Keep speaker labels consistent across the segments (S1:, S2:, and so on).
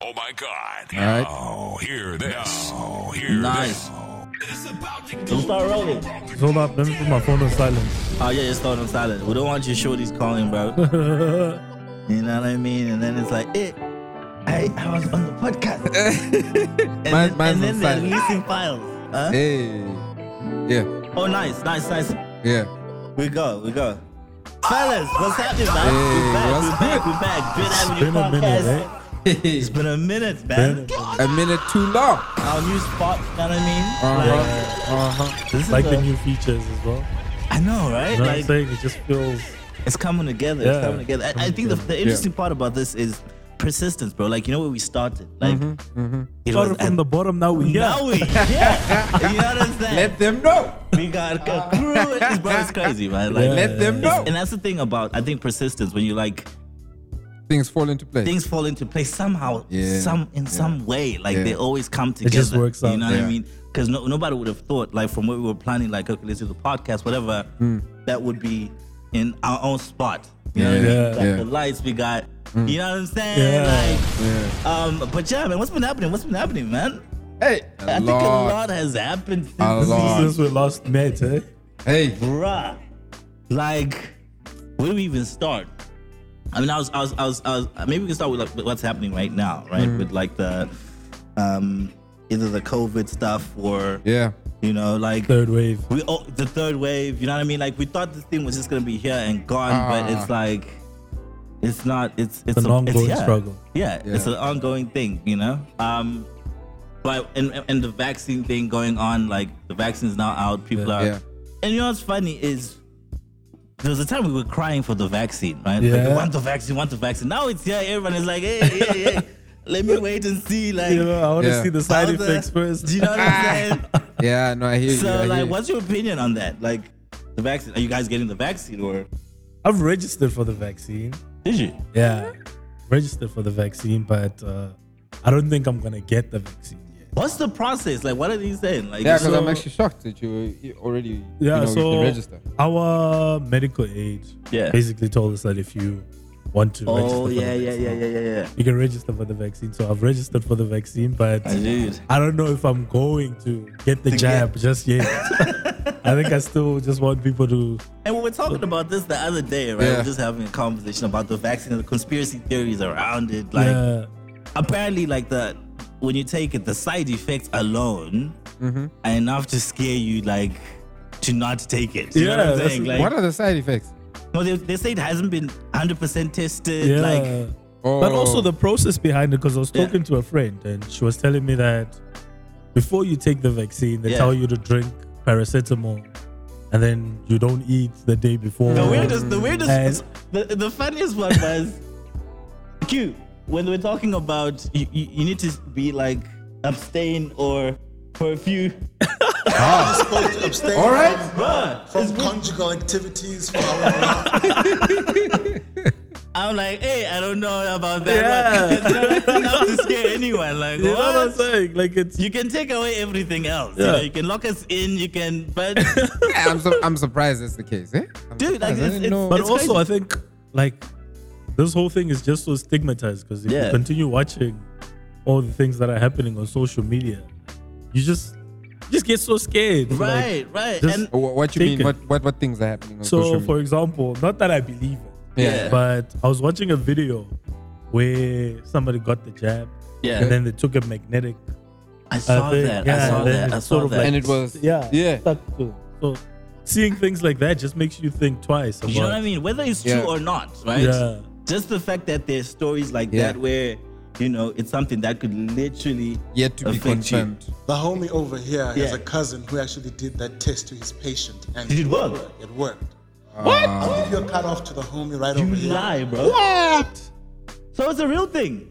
S1: Oh my God.
S2: All right.
S1: Now hear this. Now hear
S2: Nice.
S1: this. It's about to
S3: Don't start rolling.
S4: Hold up, let me put my phone on silent.
S2: Oh yeah, it's on silent. We don't want your shorties calling, bro. you know what I mean? And then it's like, eh, I, I was on the podcast. and
S5: Mine- mine's
S2: then, and
S5: on
S2: then they're
S5: silent.
S2: releasing files. Huh?
S5: Hey. Yeah.
S2: Oh, nice, nice, nice.
S5: Yeah.
S2: We go, we go. Fellas, what's happening, man?
S5: Hey,
S2: we back, we
S5: what's
S2: back, we back. Good Avenue
S4: Been a minute,
S2: Podcast.
S4: right?
S2: It's been a minute, man.
S4: Been
S5: a minute too long.
S2: Our new spot, you know what I mean?
S5: Uh-huh. Uh-huh.
S2: Like, this is
S4: Like
S2: a-
S4: the new features as well.
S2: I know, right?
S4: You know what I'm
S2: like,
S4: saying? It just feels.
S2: it's coming together. It's
S4: Yeah.
S2: coming together. I, I think the, the interesting part about this is persistence, bro. Like, you know where we started? Like, it was
S4: Started
S2: at
S4: from the bottom, now we here.
S2: Now we, Mm-hmm. yeah. you know what I'm saying?
S5: Let them know.
S2: we got a crew. It's, bro, it's crazy, man. Like,
S4: Yeah.
S5: Let them know.
S2: and that's the thing about I think persistence. When you like
S5: Things fall into place.
S2: things fall into place somehow,
S5: Yeah.
S2: some in some way, like
S5: Yeah.
S2: they always come together.
S4: just works
S2: You
S4: out,
S2: know what I
S5: yeah.
S2: mean? Because no, nobody would have thought, like from what we were planning, like okay, let's do the podcast, whatever.
S5: Mm.
S2: That would be in our own spot. You know
S5: Yeah.
S2: what I mean?
S5: Yeah.
S2: Like
S5: Mm.
S2: the lights we got. You know what I'm saying?
S4: Yeah.
S2: Like, um, but yeah, man, what's been happening? What's been happening, man?
S5: hey.
S2: I
S5: A
S2: think a
S5: lot.
S2: lot has happened since
S5: A lot.
S4: Since we last met, eh?
S5: Hey.
S2: bruh, like, where do we even start? I mean, I was, I was, I was, I was maybe we can start with like with what's happening right now, right?
S4: Mm.
S2: With like the, um, either the COVID stuff or
S5: Yeah.
S2: you know, like
S4: Third wave.
S2: we all the third wave. You know what I mean? Like we thought this thing was just gonna be here and gone, but it's like, it's not. It's it's
S4: Ah. an
S2: a- it's
S4: ongoing
S2: here.
S4: struggle.
S2: Yeah, it's
S5: Yeah.
S2: an ongoing thing. You know, um, but and and the vaccine thing going on. Like the vaccine's now out. People
S4: Yeah.
S2: are.
S5: Yeah.
S2: And you know what's funny is there was a time we were crying for the vaccine, right? Like,
S4: Yeah.
S2: we want the vaccine, want the vaccine. Now it's here. Everyone is like, hey, hey, hey, let me wait and see. Like,
S4: You know, I want to
S5: Yeah.
S4: see the side
S2: how the-
S4: effects first.
S2: Do you know what I'm
S5: Yeah. No, I hear
S2: saying?
S5: you. I
S2: so,
S5: hear
S2: like,
S5: you.
S2: what's your opinion on that? Like, the vaccine? Are you guys getting the vaccine or
S4: I've registered for the vaccine.
S2: did you?
S4: Yeah. Registered for the vaccine, but uh, I don't think I'm going to get the vaccine yet.
S2: What's the process? Like, what are you saying? Like,
S5: Yeah, because
S2: so-
S5: I'm actually shocked that you you already
S4: Yeah,
S5: you know, you
S4: so
S5: can register.
S4: our medical aid
S2: Yeah.
S4: basically told us that if you want to register
S2: oh
S4: for
S2: yeah,
S4: the
S2: yeah,
S4: vaccine,
S2: yeah, yeah, yeah, yeah.
S4: you can register for the vaccine. So I've registered for the vaccine, but
S2: I did.
S4: I don't know if I'm going to get the jab just yet. I think I still just want people to.
S2: And we were talking about this the other day, right? We
S5: Yeah.
S2: We're just having a conversation about the vaccine and the conspiracy theories around it. Like,
S4: yeah,
S2: apparently like the when you take it the side effects alone
S4: Mm-hmm.
S2: are enough to scare you like to not take it you know
S4: Yeah,
S2: what i'm
S4: that's-
S2: saying
S5: what
S2: like
S5: are the side effects?
S2: no, they, they say it hasn't been 100% tested
S4: yeah.
S2: like
S5: Oh,
S4: but also the process behind it, because I was
S2: Yeah.
S4: talking to a friend and she was telling me that before you take the vaccine, they
S2: Yeah.
S4: tell you to drink paracetamol, and then you don't eat the day before.
S2: the weirdest the weirdest
S4: And-
S2: the, the funniest one was q when we're talking about you, you, you need to be like abstain or curfew
S6: supposed to abstain
S5: All right.
S2: bruh
S6: from, from conjugal activities for our
S2: I'm like, hey, I don't know about that. Yeah. Like, it's not enough to scare anyone. Like,
S4: You know what I'm
S2: what?
S4: saying? Like it's
S2: You can take away everything else. You,
S4: Yeah.
S2: know, you can lock us in. You can, but
S5: Yeah, I'm, su- I'm surprised that's the case. Eh? I'm
S2: Dude, like,
S5: surprised. I
S2: it's-
S5: didn't
S2: it's-
S5: know.
S4: But
S2: It's
S4: also,
S2: crazy.
S4: I think like this whole thing is just so stigmatized because if
S2: Yeah.
S4: you continue watching all the things that are happening on social media, you just you just get so scared. like-
S2: right, right,
S4: just-
S2: and
S5: Wh- what you mean?
S4: taken.
S5: What, what what things are happening on
S4: so,
S5: social
S4: for
S5: media?
S4: example, not that I believe it,
S5: yeah.
S2: Yeah.
S4: but I was watching a video where somebody got the jab,
S2: Yeah.
S4: and then they took a magnetic.
S2: I saw
S4: think-
S2: that. I
S4: yeah,
S2: saw
S4: then
S2: that. I
S4: it's
S2: saw
S4: sort of
S2: that.
S5: and it was
S4: Yeah,
S5: yeah
S4: stuck to them. So, seeing things like that just makes you think twice. About,
S2: you know what I mean? Whether it's true
S5: Yeah.
S2: or not, right?
S4: Yeah.
S2: Just the fact that there's stories like
S5: Yeah.
S2: that where you know it's something that could literally
S5: yet to be
S2: affect you.
S5: confirmed.
S6: The homie over here has
S2: Yeah.
S6: a cousin who actually did that test to his patient. And
S2: Did it work?
S6: worked. It worked.
S5: What?
S6: I'll give you a cut off to the homie right over
S2: You
S6: here.
S2: lie, bro.
S5: What?
S2: So it's a real thing.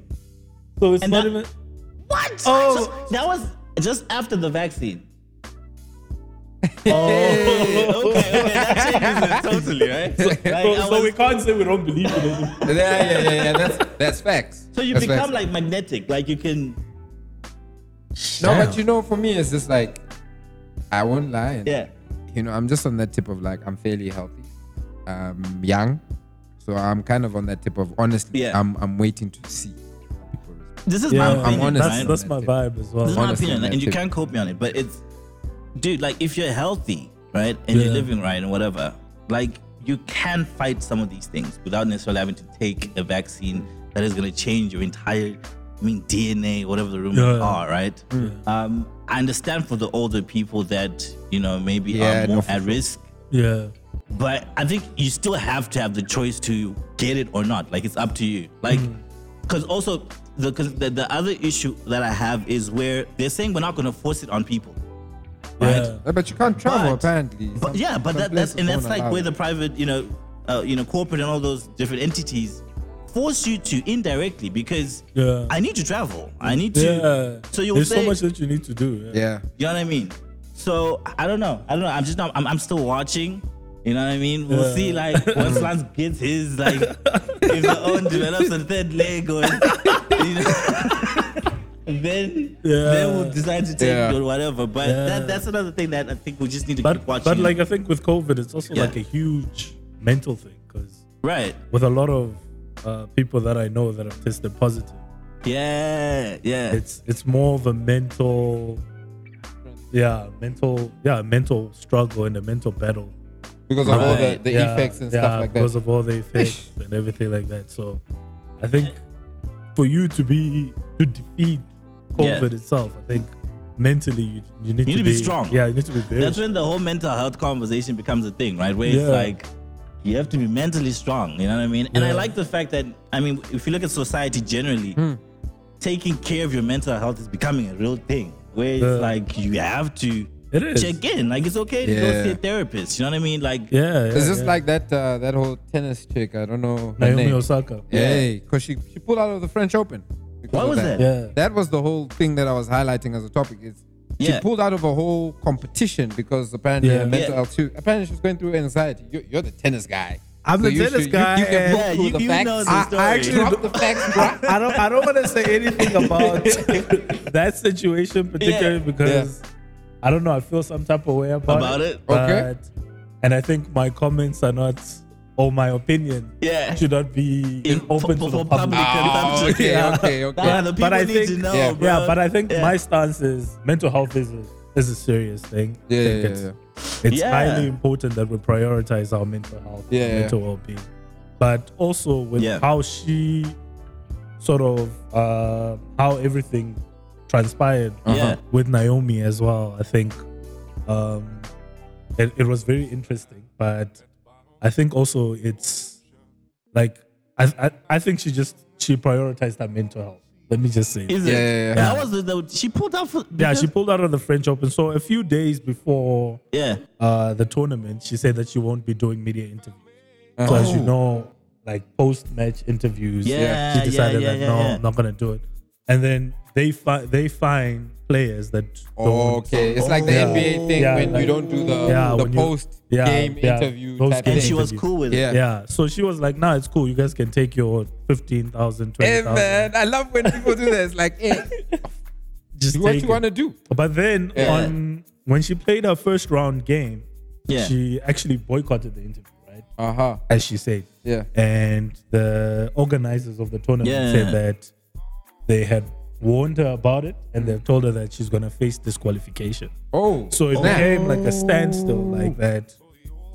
S4: So it's
S2: And
S4: not
S2: that-
S4: even.
S2: What?
S4: Oh.
S2: So that was just after the vaccine.
S4: Oh.
S2: Okay, okay, that changes it totally, right? So, like,
S4: so,
S2: I
S4: so
S2: was-
S4: we can't say we don't believe in anything.
S5: Yeah, yeah, yeah, yeah. That's that's facts.
S2: So you
S5: That's facts.
S2: become like magnetic, like you can.
S5: no,
S4: Damn.
S5: but you know, for me, it's just like I won't lie. and,
S2: Yeah.
S5: You know, I'm just on that tip of like I'm fairly healthy, um, young, so I'm kind of on that tip of honestly,
S2: Yeah.
S5: I'm I'm waiting to see how people respond.
S2: This is
S4: Yeah,
S2: my
S4: I'm
S2: opinion.
S5: honest.
S2: right?
S4: That's that's my vibe as well.
S2: This is my
S5: Honestly,
S2: opinion,
S5: man,
S2: and you
S5: too.
S2: can't quote me on it, but it's, dude, like if you're healthy, right, and you're
S4: Yeah.
S2: living right and whatever, like you can fight some of these things without necessarily having to take a vaccine that is going to change your entire, I mean, DNA, whatever the rumors
S4: Yeah.
S2: are, right? Um, I understand for the older people that you know maybe
S5: Yeah,
S2: are
S5: no,
S2: more
S5: for
S2: at
S5: sure.
S2: risk.
S4: Yeah.
S2: But I think you still have to have the choice to get it or not. Like it's up to you. Like,
S4: Mm.
S2: because also the, cause the the other issue that I have is where they're saying we're not going to force it on people, right?
S4: Yeah.
S5: Uh, But you can't travel
S2: But-
S5: apparently.
S2: But
S5: Some-
S2: yeah, but
S5: some
S2: that, that's
S5: places
S2: and that's
S5: won't
S2: like
S5: allow
S2: where
S5: it.
S2: the private, you know, uh, you know, corporate and all those different entities force you to indirectly because
S4: Yeah.
S2: I need to travel. I need to.
S4: Yeah.
S2: So you'll
S4: There's
S2: say-
S4: so much that you need to do. Yeah.
S5: Yeah.
S2: You know what I mean? So I I don't know. I don't know. I'm just not. I'm, I'm still watching. You know what I mean? We'll
S4: Yeah.
S2: see. Like once Lance gets his, like if the own develops a third leg, or you know, then
S4: Yeah.
S2: then we'll decide to take
S5: Yeah.
S2: it or whatever. But
S4: Yeah.
S2: that, that's another thing that I think we just need to keep
S4: But
S2: watching.
S4: but like I think with COVID, it's also
S2: Yeah.
S4: like a huge mental thing because
S2: right?
S4: with a lot of uh, people that I know that have tested positive,
S2: Yeah, yeah.
S4: it's it's more of a mental, yeah, mental, yeah, mental struggle and a mental battle.
S5: Because of all the,
S2: Right,
S5: the
S4: yeah,
S5: effects and
S4: yeah,
S5: stuff like
S4: because
S5: that.
S4: of all the effects and everything like that. So, I think for you to be to defeat
S2: Yeah.
S4: COVID itself, I think mentally you, you need
S2: You need to be strong.
S4: Yeah, you need to be very.
S2: That's when the whole mental health conversation becomes a thing, right? Where
S4: Yeah.
S2: it's like you have to be mentally strong. You know what I mean? And I
S4: Yeah. Hmm.
S2: like the fact that I mean, if you look at society generally, taking care of your mental health is becoming a real thing. Where it's
S4: Yeah.
S2: like you have to
S4: It is.
S2: check in. Like it's okay to go
S5: Yeah.
S2: see a therapist. You know what I mean? Like
S4: yeah, yeah,
S5: It's just
S4: yeah.
S5: like that uh, that whole tennis chick. I don't know her
S4: Naomi
S5: name.
S4: Osaka.
S5: Yeah, because she, she pulled out of the French Open. because
S2: Why
S5: of
S2: was that?
S4: Yeah.
S5: That was the whole thing that I was highlighting as a topic. Is
S2: Yeah.
S5: she pulled out of a whole competition because apparently
S4: Yeah.
S5: her mental
S2: Yeah.
S5: health. She, apparently she was going through anxiety. You, you're the tennis guy.
S3: I'm the
S5: you
S3: tennis
S5: should-
S3: guy,
S5: You, you can
S3: and-
S5: walk
S2: Yeah,
S5: through
S2: you-
S5: the
S2: you
S5: facts.
S2: know the
S5: I-
S2: story.
S5: I actually drop the facts. bro.
S3: I don't. I don't want to say anything about.
S4: that situation particularly because I don't know. I feel some type of way about,
S2: About it?
S5: Okay.
S4: but- and I think my comments are not, or my opinion
S2: Yeah.
S4: should not be
S2: In-
S4: open
S2: for-
S4: to
S2: for
S4: the public.
S2: public
S5: Oh,
S2: consumption.
S5: okay,
S2: Yeah.
S5: okay, okay.
S2: Nah, the
S4: But
S2: people
S4: I
S2: need to
S4: think-
S2: know,
S5: yeah,
S2: bro.
S4: yeah, but I think
S2: Yeah.
S4: my stance is mental health is a, is a serious thing. I
S5: Yeah,
S4: think
S5: yeah,
S4: it's,
S5: yeah.
S4: it's
S2: Yeah.
S4: highly important that we prioritize our mental health, and
S5: Yeah, yeah.
S4: mental well being, but also with
S2: Yeah.
S4: how she sort of uh, how everything transpired
S2: Uh-huh. Yeah.
S4: with Naomi as well. I think um, it, it was very interesting, but I think also it's like I, I I think she just she prioritized her mental health. Let me just say,
S2: Is it?
S5: Yeah, yeah, yeah.
S2: That was the, the she pulled out for
S4: yeah,
S2: because-
S4: she pulled out of the French Open. So a few days before
S2: yeah.
S4: uh, the tournament, she said that she won't be doing media interviews. So as you
S2: Oh.
S4: know, like post match interviews,
S2: Yeah, yeah,
S4: she decided
S2: yeah,
S4: that
S2: yeah,
S4: no,
S2: yeah.
S4: I'm not gonna do it. And then they find they find players that don't.
S5: okay, it's like the
S4: Yeah.
S5: NBA thing
S4: Yeah,
S5: when
S4: like-
S5: you don't do the
S4: Yeah,
S5: the
S4: when you-
S5: post
S4: yeah,
S5: game
S4: yeah,
S5: interview
S4: those
S5: type
S4: games.
S2: And
S5: thing.
S2: she was
S4: interview.
S2: cool with it.
S5: yeah.
S4: Yeah, so she was like, "Nah, it's cool. You guys can take your 15,000,
S5: Hey
S4: 20,000.
S5: man, I love when people do that. It's like, hey,
S4: just
S5: do what
S4: take
S5: you
S4: it."
S5: want to do.
S4: But then
S5: Yeah.
S4: on when she played her first round game,
S2: Yeah.
S4: she actually boycotted the interview, right?
S5: Uh huh.
S4: As she said.
S5: Yeah.
S4: And the organizers of the tournament
S2: Yeah.
S4: said that they had warned her about it and they've told her that she's gonna face disqualification.
S5: Oh,
S4: So it
S5: snap.
S4: became like a standstill, like that.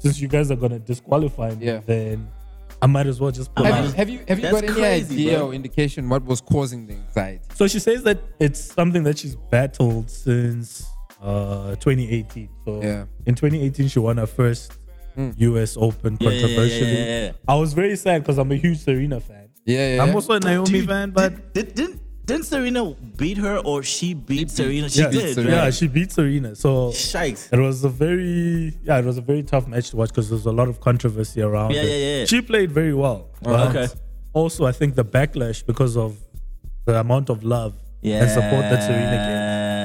S4: Since you guys are gonna disqualify me,
S5: Yeah.
S4: then I might as well just pull
S5: Have you,
S4: out.
S5: have you have you
S2: That's
S5: got any
S2: crazy,
S5: idea
S2: bro.
S5: or indication what was causing the anxiety?
S4: So she says that it's something that she's battled since uh 2018. So
S5: Yeah. Hmm.
S4: in 2018 she won her first US Open
S2: Yeah, yeah, yeah,
S4: controversially.
S2: yeah, yeah, yeah.
S4: I was very sad because I'm a huge Serena fan.
S5: Yeah, yeah.
S3: I'm
S5: yeah.
S3: also a Naomi
S2: Dude,
S3: fan, but
S2: Did, didn't didn't Serena beat her or she beat Serena? She
S4: yeah,
S2: did.
S5: Serena.
S4: yeah,
S2: Right?
S4: she beat Serena. So
S2: Shikes.
S4: it was a very yeah, it was a very tough match to watch because there was a lot of controversy around.
S2: Yeah,
S4: it.
S2: yeah, yeah, yeah.
S4: She played very well. but
S2: okay.
S4: Also, I think the backlash because of the amount of love
S2: Yeah.
S4: and support that Serena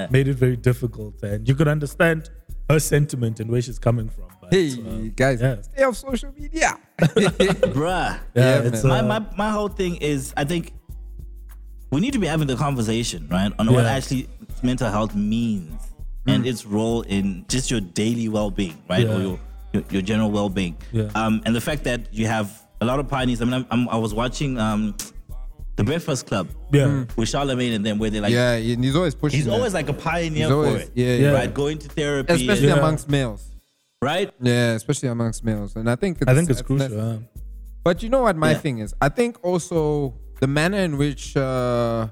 S4: gave made it very difficult, and you could understand her sentiment and where she's coming from. But,
S5: Hey
S4: um,
S5: guys,
S4: yeah.
S5: stay off social media.
S2: Bruh.
S4: yeah,
S5: Yeah,
S4: it's,
S5: man.
S4: uh,
S2: my, my, my whole thing is I think we need to be having the conversation, right? On what
S4: Yeah. Mm.
S2: actually mental health means and its role in just your daily well being, right? Or
S4: Yeah.
S2: your, your, your general well being.
S4: Yeah.
S2: Um, and the fact that you have a lot of pioneers. I mean, I'm, I'm, I was watching um, The Breakfast Club
S4: Yeah.
S2: with Charlemagne and them, where they like
S5: yeah, and he's always pushing.
S2: he's
S5: that.
S2: always like a pioneer
S5: He's always-
S2: for it.
S5: yeah,
S4: yeah.
S2: right. Going to therapy,
S5: especially
S4: Yeah.
S5: amongst males.
S2: right?
S5: Yeah, especially amongst males, and I think it's,
S4: I think it's
S5: that's-
S4: crucial. Yeah.
S5: But you know what my
S2: Yeah.
S5: thing is? I think also the manner in which uh,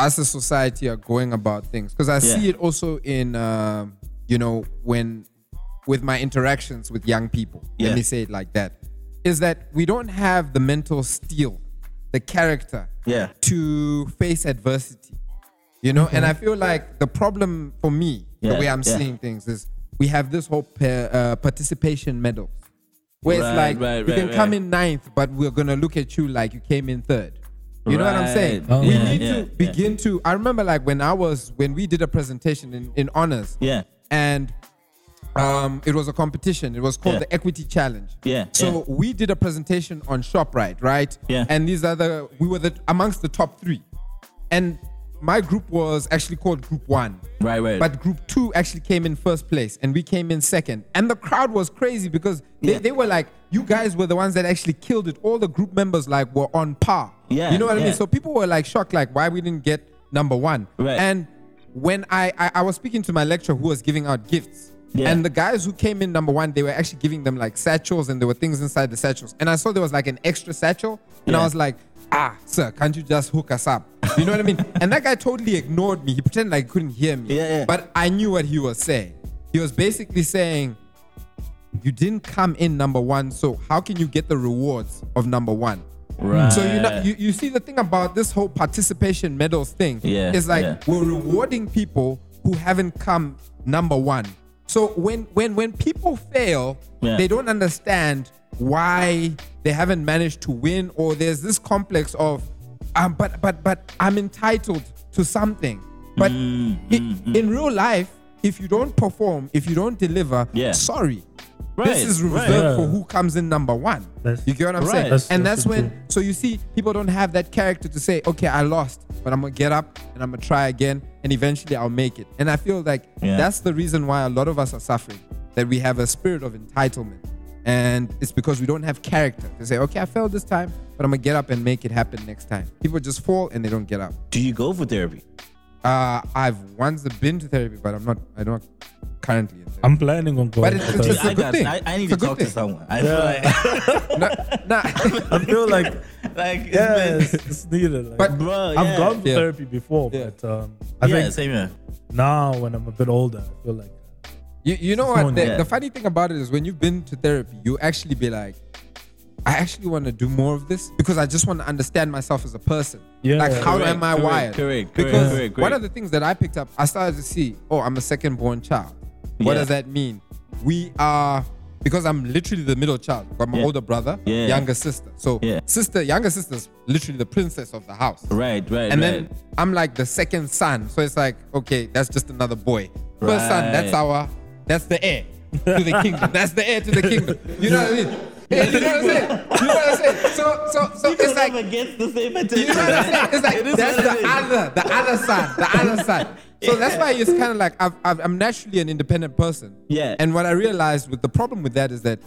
S5: us as a society are going about things, because I see
S2: Yeah.
S5: it also in um, you know when with my interactions with young people.
S2: Yeah.
S5: Let me say it like that: is that we don't have the mental steel, the character,
S2: Yeah.
S5: to face adversity. You know, and I feel like the problem for me, the
S2: Mm-hmm. Yeah,
S5: way I'm
S2: yeah.
S5: seeing things, is we have this whole pa- uh, participation medals, where it's
S2: Right,
S5: like
S2: right,
S5: you
S2: right,
S5: can come
S2: right.
S5: in ninth, but we're gonna look at you like you came in third. You know what I'm
S2: Right.
S5: saying?
S2: Oh,
S5: we
S2: yeah,
S5: need
S2: yeah,
S5: to begin to. I remember like when I was when we did a presentation in in honors,
S2: Yeah.
S5: and um, it was a competition. It was called
S2: Yeah.
S5: the Equity Challenge.
S2: Yeah,
S5: So we did a presentation on Shoprite, right?
S2: Yeah.
S5: And these other we were the amongst the top three, and my group was actually called Group One.
S2: Right, right.
S5: But Group Two actually came in first place, and we came in second. And the crowd was crazy because they,
S2: Yeah.
S5: they were like, "You guys were the ones that actually killed it." All the group members like were on par.
S2: Yeah,
S5: You know what I
S2: yeah.
S5: mean? So people were like shocked, like why we didn't get number one.
S2: Right.
S5: And when I, I I was speaking to my lecturer who was giving out gifts,
S2: Yeah.
S5: and the guys who came in number one, they were actually giving them like satchels, and there were things inside the satchels. And I saw there was like an extra satchel, and I
S2: Yeah.
S5: was like, ah, sir, can't you just hook us up? You know what I mean? And that guy totally ignored me. He pretended like he couldn't hear me.
S2: Yeah, yeah.
S5: But I knew what he was saying. He was basically saying, you didn't come in number one, so how can you get the rewards of number one?
S2: Right.
S5: So you know, you, you see the thing about this whole participation medals thing
S2: Yeah,
S5: is like
S2: yeah.
S5: we're rewarding people who haven't come number one. So when when when people fail,
S2: Yeah.
S5: they don't understand why they haven't managed to win, or there's this complex of, um, but but but I'm entitled to something. But
S2: Mm,
S5: i- in real life, if you don't perform, if you don't deliver,
S2: Yeah.
S5: sorry,
S2: Right,
S5: this is
S2: right.
S5: reserved for
S4: Yeah.
S5: who comes in number one.
S4: That's-
S5: you get what I'm
S2: Right.
S5: saying?
S4: That's-
S5: and that's,
S4: that's the
S5: when,
S4: truth.
S5: so you see, people don't have that character to say, okay, I lost, but I'm gonna get up and I'm gonna try again, and eventually I'll make it. And I feel like
S2: Yeah.
S5: that's the reason why a lot of us are suffering, that we have a spirit of entitlement. And it's because we don't have character to say, okay, I failed this time, but I'm gonna get up and make it happen next time. People just fall and they don't get up.
S2: Do you go for therapy?
S5: Uh, I've once been to therapy, but I'm not, I don't currently. in therapy.
S4: I'm planning on going.
S5: But it's-
S4: to
S5: it's-
S4: therapy.
S5: That's a
S2: I
S5: good thing.
S2: I, I need
S5: It's a
S2: to
S5: good
S2: talk
S5: thing.
S2: to someone. I feel like,
S5: Nah.
S4: I feel like
S2: like
S4: yeah,
S2: it's
S4: it's,
S2: been,
S4: it's needed. Like,
S5: But-
S2: bro. Yeah.
S4: I've gone to
S5: Yeah.
S4: therapy before,
S5: Yeah.
S4: but um, I
S2: yeah,
S4: think
S2: same here.
S4: now when I'm a bit older, I feel like
S5: You, you know
S4: Someone
S5: what? The,
S2: there.
S5: the funny thing about it is when you've been to therapy, you actually be like, I actually want to do more of this because I just want to understand myself as a person.
S4: Yeah.
S5: Like, how
S2: Correct,
S5: am I
S2: correct,
S5: wired?
S2: correct, correct,
S5: because
S2: correct, correct.
S5: one of the things that I picked up, I started to see, oh, I'm a second born child. What
S2: Yeah.
S5: does that mean? We are, because I'm literally the middle child. Got my
S2: Yeah.
S5: older brother,
S2: Yeah.
S5: younger sister. So,
S2: Yeah.
S5: sister, younger sister's literally the princess of the house.
S2: Right, right,
S5: And
S2: right.
S5: then I'm like the second son. So it's like, okay, that's just another boy. First son, that's
S2: Right.
S5: our, that's the heir to the kingdom. That's the heir to the kingdom. You know what I mean? Yeah, you know what I'm saying? You know what I'm saying? So, so, so it's like,
S2: never gets the same
S5: you know
S2: attention.
S5: what I'm saying? It's like,
S2: It is
S5: that's
S2: what it
S5: the
S2: is.
S5: other, the other side, the other side. So that's why it's kind of like I've, I've, I'm naturally an independent person.
S2: Yeah.
S5: And what I realized with the problem with that is that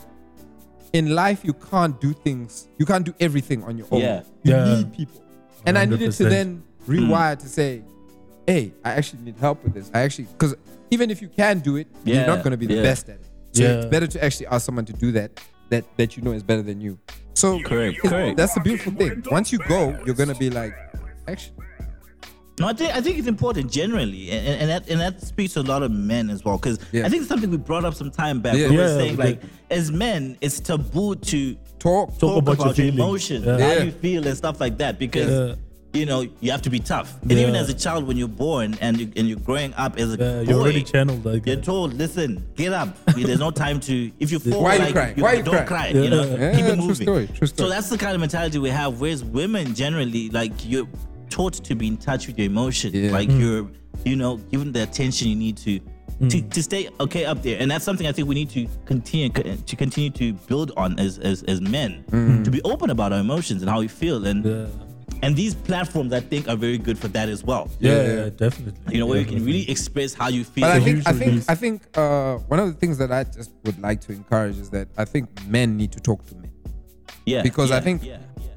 S5: in life you can't do things, you can't do everything on your own.
S2: Yeah.
S5: You
S4: Yeah.
S5: need people. And I needed to
S4: 100%.
S5: then
S2: Hmm.
S5: rewire to say, hey, I actually need help with this. I actually, because even if you can do it, you're
S2: Yeah,
S5: not going to be the
S2: yeah.
S5: best at it. So
S4: Yeah.
S5: it's better to actually ask someone to do that, that that you know is better than you. So
S2: Correct,
S5: it's-
S2: correct.
S5: that's the beautiful thing. Once you go, you're gonna be like, actually,
S2: No, I think I think it's important generally, and and and that, and that speaks to a lot of men as well, because
S5: Yeah.
S2: I think it's something we brought up some time back.
S5: Yeah.
S2: where
S4: Yeah,
S2: we're saying
S4: we
S2: like,
S4: did.
S2: as men, it's taboo to
S5: talk.
S2: talk,
S4: Talk about your
S2: about, your,
S4: feelings.
S2: emotions,
S4: Yeah.
S2: how
S5: Yeah.
S2: you feel, and stuff like that, because.
S4: Yeah.
S2: You know, you have to be tough, and even
S4: Yeah.
S2: as a child, when you're born and you and you're growing up as a
S4: uh,
S2: boy,
S4: you're already channeled. Like,
S2: You're told, listen, get up. There's no time to. If you fall,
S5: Why you
S2: like,
S5: crying? Why you
S2: don't
S5: crying?
S2: cry. You know,
S5: Yeah.
S2: keep
S5: Yeah, true
S2: it moving.
S5: story, true story.
S2: So that's the kind of mentality we have. Whereas women generally, like you're taught to be in touch with your emotions.
S5: Yeah. Hmm.
S2: Like you're, you know, given the attention you need to, to
S5: Hmm.
S2: to stay okay up there. And that's something I think we need to continue to continue to build on as as, as men
S5: Hmm.
S2: to be open about our emotions and how we feel. And
S4: yeah,
S2: and these platforms I think are very good for that as well.
S4: yeah,
S5: Yeah.
S4: yeah, definitely.
S2: You know, where you
S4: Definitely.
S2: can really express how you feel.
S5: But I
S4: a
S5: think,
S4: huge
S5: I think,
S4: release.
S5: I think uh, one of the things that I just would like to encourage is that I think men need to talk to men
S2: yeah,
S5: because I
S2: yeah,
S5: think-
S2: yeah, yeah.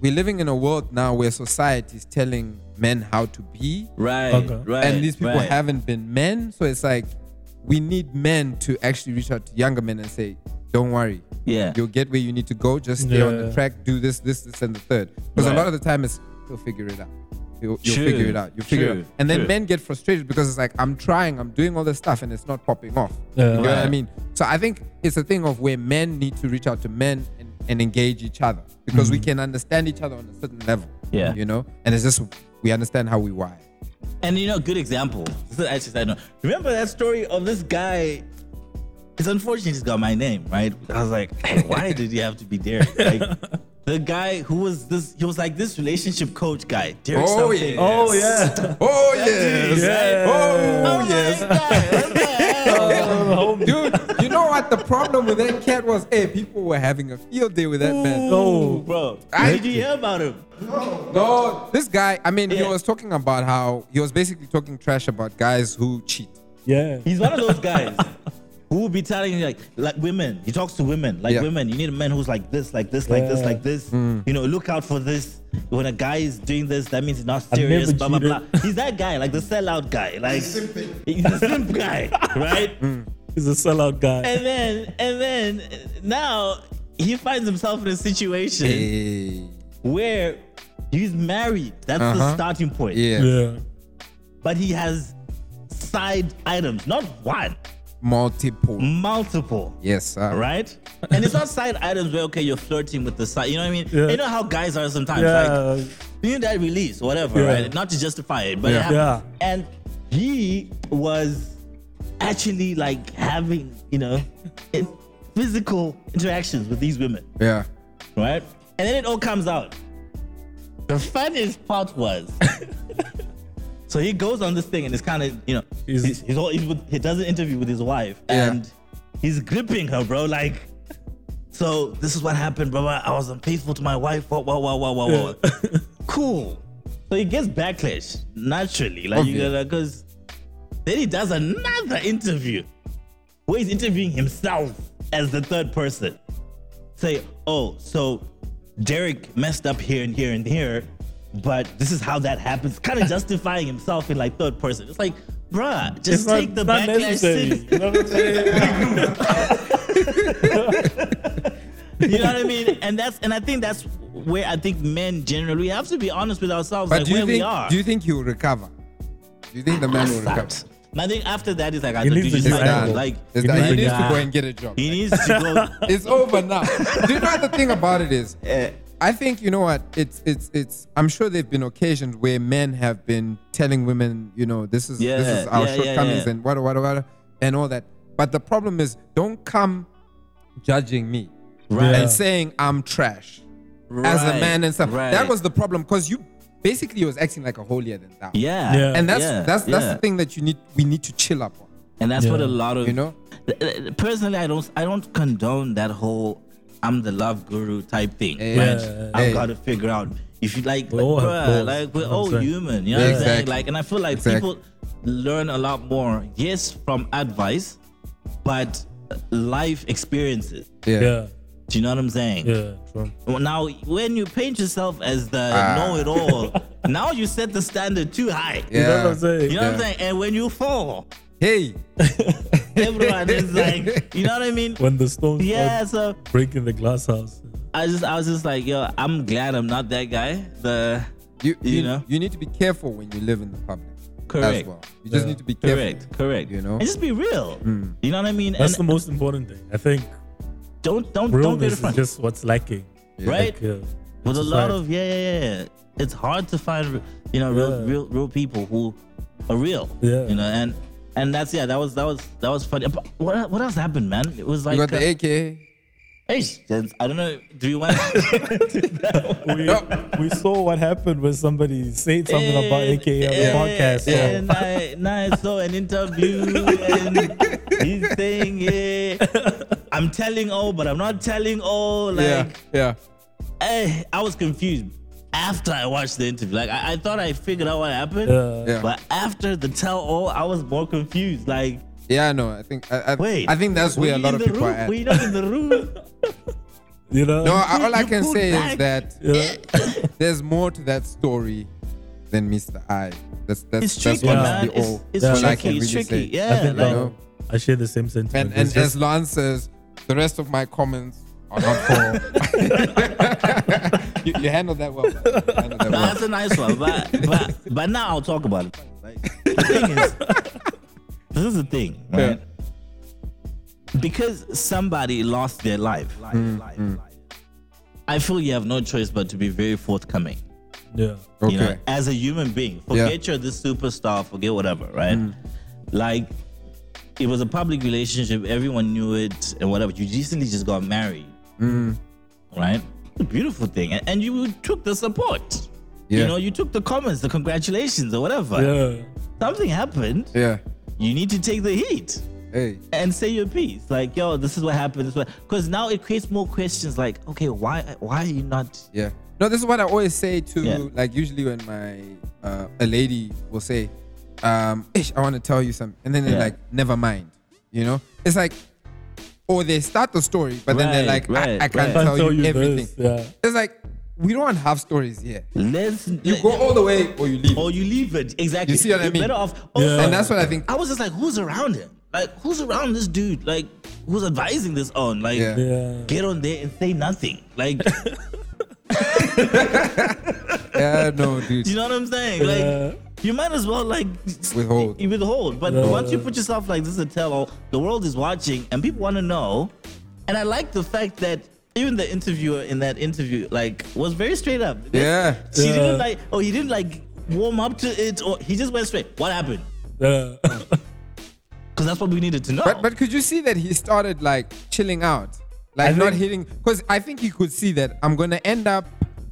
S5: We- we're living in a world now where society is telling men how to be,
S2: Right,
S4: Okay.
S2: right.
S5: and these people
S2: right.
S5: haven't been men. So it's like we need men to actually reach out to younger men and say, "Don't worry,
S2: Yeah.
S5: you'll get where you need to go. Just stay on the
S4: Yeah.
S5: track. Do this, this, this, and the third. Because
S2: Right.
S5: a lot of the time it's you'll figure it out. You'll, you'll
S2: True,
S5: figure it out. You'll figure
S2: true,
S5: it out. And then
S2: true.
S5: men get frustrated because it's like I'm trying, I'm doing all this stuff, and it's not popping off.
S4: Yeah.
S5: You know what I
S2: Right.
S5: mean? So I think it's a thing of where men need to reach out to men and, and engage each other because
S4: Mm.
S5: we can understand each other on a certain level.
S2: Yeah.
S5: You know, and it's just we understand how we wire.
S2: And you know, good example. This is actually I know. Remember that story of this guy? It's unfortunate he's got my name, right? I was like, hey, why did he have to be Derek? Like, the guy who was this, he was like this relationship coach guy, Derek
S5: Oh,
S2: something.
S5: yeah.
S4: Oh yeah.
S5: Oh yes.
S4: Yeah.
S5: Oh,
S2: Oh,
S5: yes.
S2: my God.
S5: Dude, you know what the problem with that cat was? Hey, people were having a field day with that man.
S2: Oh, bro.
S5: I-
S2: did you hear about him?
S5: No, this guy, I mean, he
S2: Yeah.
S5: was talking about how he was basically talking trash about guys who cheat.
S4: Yeah.
S2: He's one of those guys who will be telling you like like women. He talks to women like
S5: Yeah. Hmm.
S2: women. You need a man who's like this, like this, like this,
S4: Yeah.
S2: like this. You know, look out for this. When a guy is doing this, that means he's not
S4: I've never
S2: serious. Blah blah blah.
S4: cheated.
S2: He's that guy, like the sellout guy, like he's the simp guy, right?
S5: Hmm.
S4: He's a sellout guy.
S2: And then and then uh, now he finds himself in a situation
S5: Hey.
S2: where he's married. That's the
S5: Uh-huh.
S2: starting point.
S5: Yeah.
S4: Yeah.
S2: But he has side items, not one,
S5: Multiple.
S2: Mm. multiple.
S5: Yes, sir.
S2: right? And it's not side items where okay, you're flirting with the side. You know what I mean?
S4: Yeah.
S2: You know how guys are sometimes. Like
S4: Yeah.
S2: you need that release, whatever,
S4: Yeah.
S2: right? Not to justify it, but it
S5: Yeah.
S2: happens.
S4: Yeah.
S2: And he was actually like having, you know, in- physical interactions with these women,
S5: Yeah.
S2: right? And then it all comes out. The funniest part was. So he goes on this thing and it's kind of you know
S4: He's-
S2: he's, he's all he's with, he does an interview with his wife
S5: Yeah.
S2: and he's gripping her, bro. Like, so this is what happened, bro. I was unfaithful to my wife. Whoa, whoa, whoa, whoa, whoa, whoa. cool. So he gets backlash naturally, like you
S5: Obvious.
S2: gotta because then he does another interview where he's interviewing himself as the third person. Say, oh, so Derek messed up here and here and here, but this is how that happens. Kind of justifying himself in like third person. It's like, bruh, just
S4: not-
S2: take the
S4: not
S2: backlash.
S4: necessary.
S2: seriously.
S4: You know what I'm saying?
S2: You know what I mean? And that's and I think that's where I think men generally we have to be honest with ourselves,
S5: But
S2: like
S5: do you
S2: where we
S5: think
S2: are.
S5: do you think he'll recover? Do you think the man will recover?
S2: That. I think after that is like I
S4: He
S2: don't
S4: needs to
S2: do
S5: It's
S4: Like,
S5: done.
S4: that.
S2: like
S5: It's
S4: you
S5: done.
S4: need
S5: He
S4: to
S5: needs to
S4: get-
S5: go and get a job.
S2: he needs to go.
S5: It's over now. Do you know what the thing about it is? I think you know what it's it's it's. I'm sure there've been occasions where men have been telling women, you know, this is this is
S2: Yeah,
S5: our
S2: yeah, yeah,
S5: shortcomings
S2: yeah.
S5: and what what what and all that. But the problem is, don't come judging me
S2: Right.
S5: and saying I'm trash as a
S2: Right,
S5: man and stuff.
S2: right.
S5: That was the problem because you basically was acting like a holier than thou.
S2: Yeah.
S4: Yeah.
S5: and that's
S2: yeah,
S5: that's that's
S2: yeah.
S5: the thing that you need we need to chill up on.
S2: And that's what a
S4: Yeah.
S2: lot of
S5: You know?
S2: Personally, I don't I don't condone that whole I'm the love guru type thing.
S5: Eh,
S2: right?
S4: Yeah.
S2: I've
S5: eh.
S2: got to figure out if you like,
S4: We
S2: like,
S4: all have
S2: bruh,
S4: flaws,
S2: like we're
S4: you know what
S2: all
S4: I'm saying?
S2: human. You
S5: Yeah,
S2: know what I'm saying?
S5: exactly.
S2: Like, and I feel like
S5: Exactly.
S2: people learn a lot more. Yes, from advice, but life experiences.
S4: Yeah.
S2: Do you know what I'm saying?
S4: Yeah. True.
S2: Well, Now, when you paint yourself as the
S5: Ah.
S2: know-it-all, now you set the standard too high.
S5: Yeah.
S4: You know what I'm saying?
S2: You know what I'm
S5: Yeah.
S2: saying? And when you fall,
S5: Hey,
S2: everyone is like, you know what I mean?
S4: When the stones
S2: Yeah.
S4: start
S2: So
S4: breaking the glass house.
S2: I just, I was just like, yo, I'm glad I'm not that guy. The
S5: you,
S2: You
S5: you
S2: know?
S5: you need to be careful when you live in the public.
S2: Correct.
S5: As well. You just
S4: Yeah.
S5: need to be careful.
S2: correct, correct.
S5: You know?
S2: and just be real. You know what I mean?
S4: Hmm. That's the
S2: and
S4: most important thing. I think
S2: don't, don't, don't get
S4: realness
S2: afraid.
S4: is just what's lacking.
S2: right?
S4: Like, yeah.
S2: With a lot
S4: Society.
S2: of yeah, yeah, yeah, it's hard to find you know real,
S4: Yeah.
S2: real, real people who are real.
S4: Yeah.
S2: You know, and and that's yeah, that was that was that was funny. But what what else happened, man? It was like
S5: You got
S2: uh,
S5: the AK.
S2: hey, gents, I don't know. Do you want?
S4: we, we saw what happened when somebody said something about AKA on the podcast. so-
S2: And I, now I saw an interview and he's saying, yeah, I'm telling all, but I'm not telling all. uh, Like,
S5: yeah, yeah.
S2: eh, I was confused after I watched the interview. Like, I, I thought I figured out what happened,
S4: Yeah.
S5: Yeah.
S2: but after the tell all, I was more confused. Like,
S5: Yeah, I know. I think I, I,
S2: wait,
S5: I think that's
S2: were
S5: where a
S2: you
S5: lot of
S2: in the
S5: people
S2: room?
S5: are at.
S2: Were you not in the room?
S4: You know?
S5: No, I- all I
S2: you
S5: can
S2: pulled
S5: say
S2: back.
S5: is that
S4: You know?
S5: there's more to that story than Mr. I. That's that's
S2: It's
S5: that's
S2: tricky,
S5: what
S2: man.
S5: is the
S2: It's,
S5: all.
S2: it's
S5: all I
S2: tricky.
S5: can
S2: it's
S5: really
S2: tricky.
S5: say.
S4: I
S2: Yeah.
S4: think
S2: like-
S4: um, I share the same sentiment.
S5: And
S4: It's
S5: and
S4: just-
S5: as Lance says, the rest of my comments are not for. you, you handled that well. man. You handled that
S2: No,
S5: well.
S2: that's a nice one, but but but now I'll talk about it. Like, the thing is, this is the thing, right? Because somebody lost their life, life,
S5: Mm,
S2: life, life. I feel you have no choice but to be very forthcoming.
S4: yeah.
S5: Okay.
S2: You know, as a human being,
S5: Yeah. Mm.
S2: forget you're this superstar, forget whatever, right? Like, it was a public relationship, everyone knew it, and whatever. You recently just got married,
S5: Mm.
S2: right? A beautiful thing, and, and you took the support.
S5: Yeah.
S2: You know, you took the comments, the congratulations, or whatever.
S4: Yeah.
S2: Something happened.
S5: yeah.
S2: You need to take the heat
S5: Hey.
S2: and say your piece. Like, yo, this is what happened. This because now it creates more questions. Like, okay, why, why are you not?
S5: Yeah. No, this is what I always say to
S2: Yeah.
S5: like usually when my uh, a lady will say, um, Ish, I want to tell you something. And then they're
S2: Yeah.
S5: like, never mind. You know? It's like or they start the story, but then they're like,
S2: Right, right,
S5: I, I can't
S2: right.
S5: tell, you, everything.
S4: this. Yeah.
S5: It's like we don't have stories here.
S2: Let's
S5: You go all the way or you leave.
S2: or you leave it exactly.
S5: You see what I
S2: You're
S5: mean?
S2: Better off.
S4: Yeah.
S5: And that's what I think.
S2: I was just like, who's around him? Like, who's around this dude? Like, who's advising this on? Like,
S5: Yeah.
S4: Yeah.
S2: get on there and say nothing. Like,
S5: Yeah, no, dude.
S2: you know what I'm saying?
S4: Yeah.
S2: Like, you might as well like
S5: Withhold.
S2: You withhold. But
S4: Yeah.
S2: once you put yourself like this is a tell-all, the world is watching, and people want to know. And I like the fact that even the interviewer in that interview like was very straight up.
S5: Yeah.
S2: She didn't
S4: Yeah.
S2: like, or he didn't like warm up to it, or he just went straight. What happened?
S4: Yeah.
S2: Because that's what we needed to know.
S5: But but could you see that he started like chilling out, like
S4: I
S5: not
S4: think-
S5: hitting? Because I think he could see that I'm gonna end up.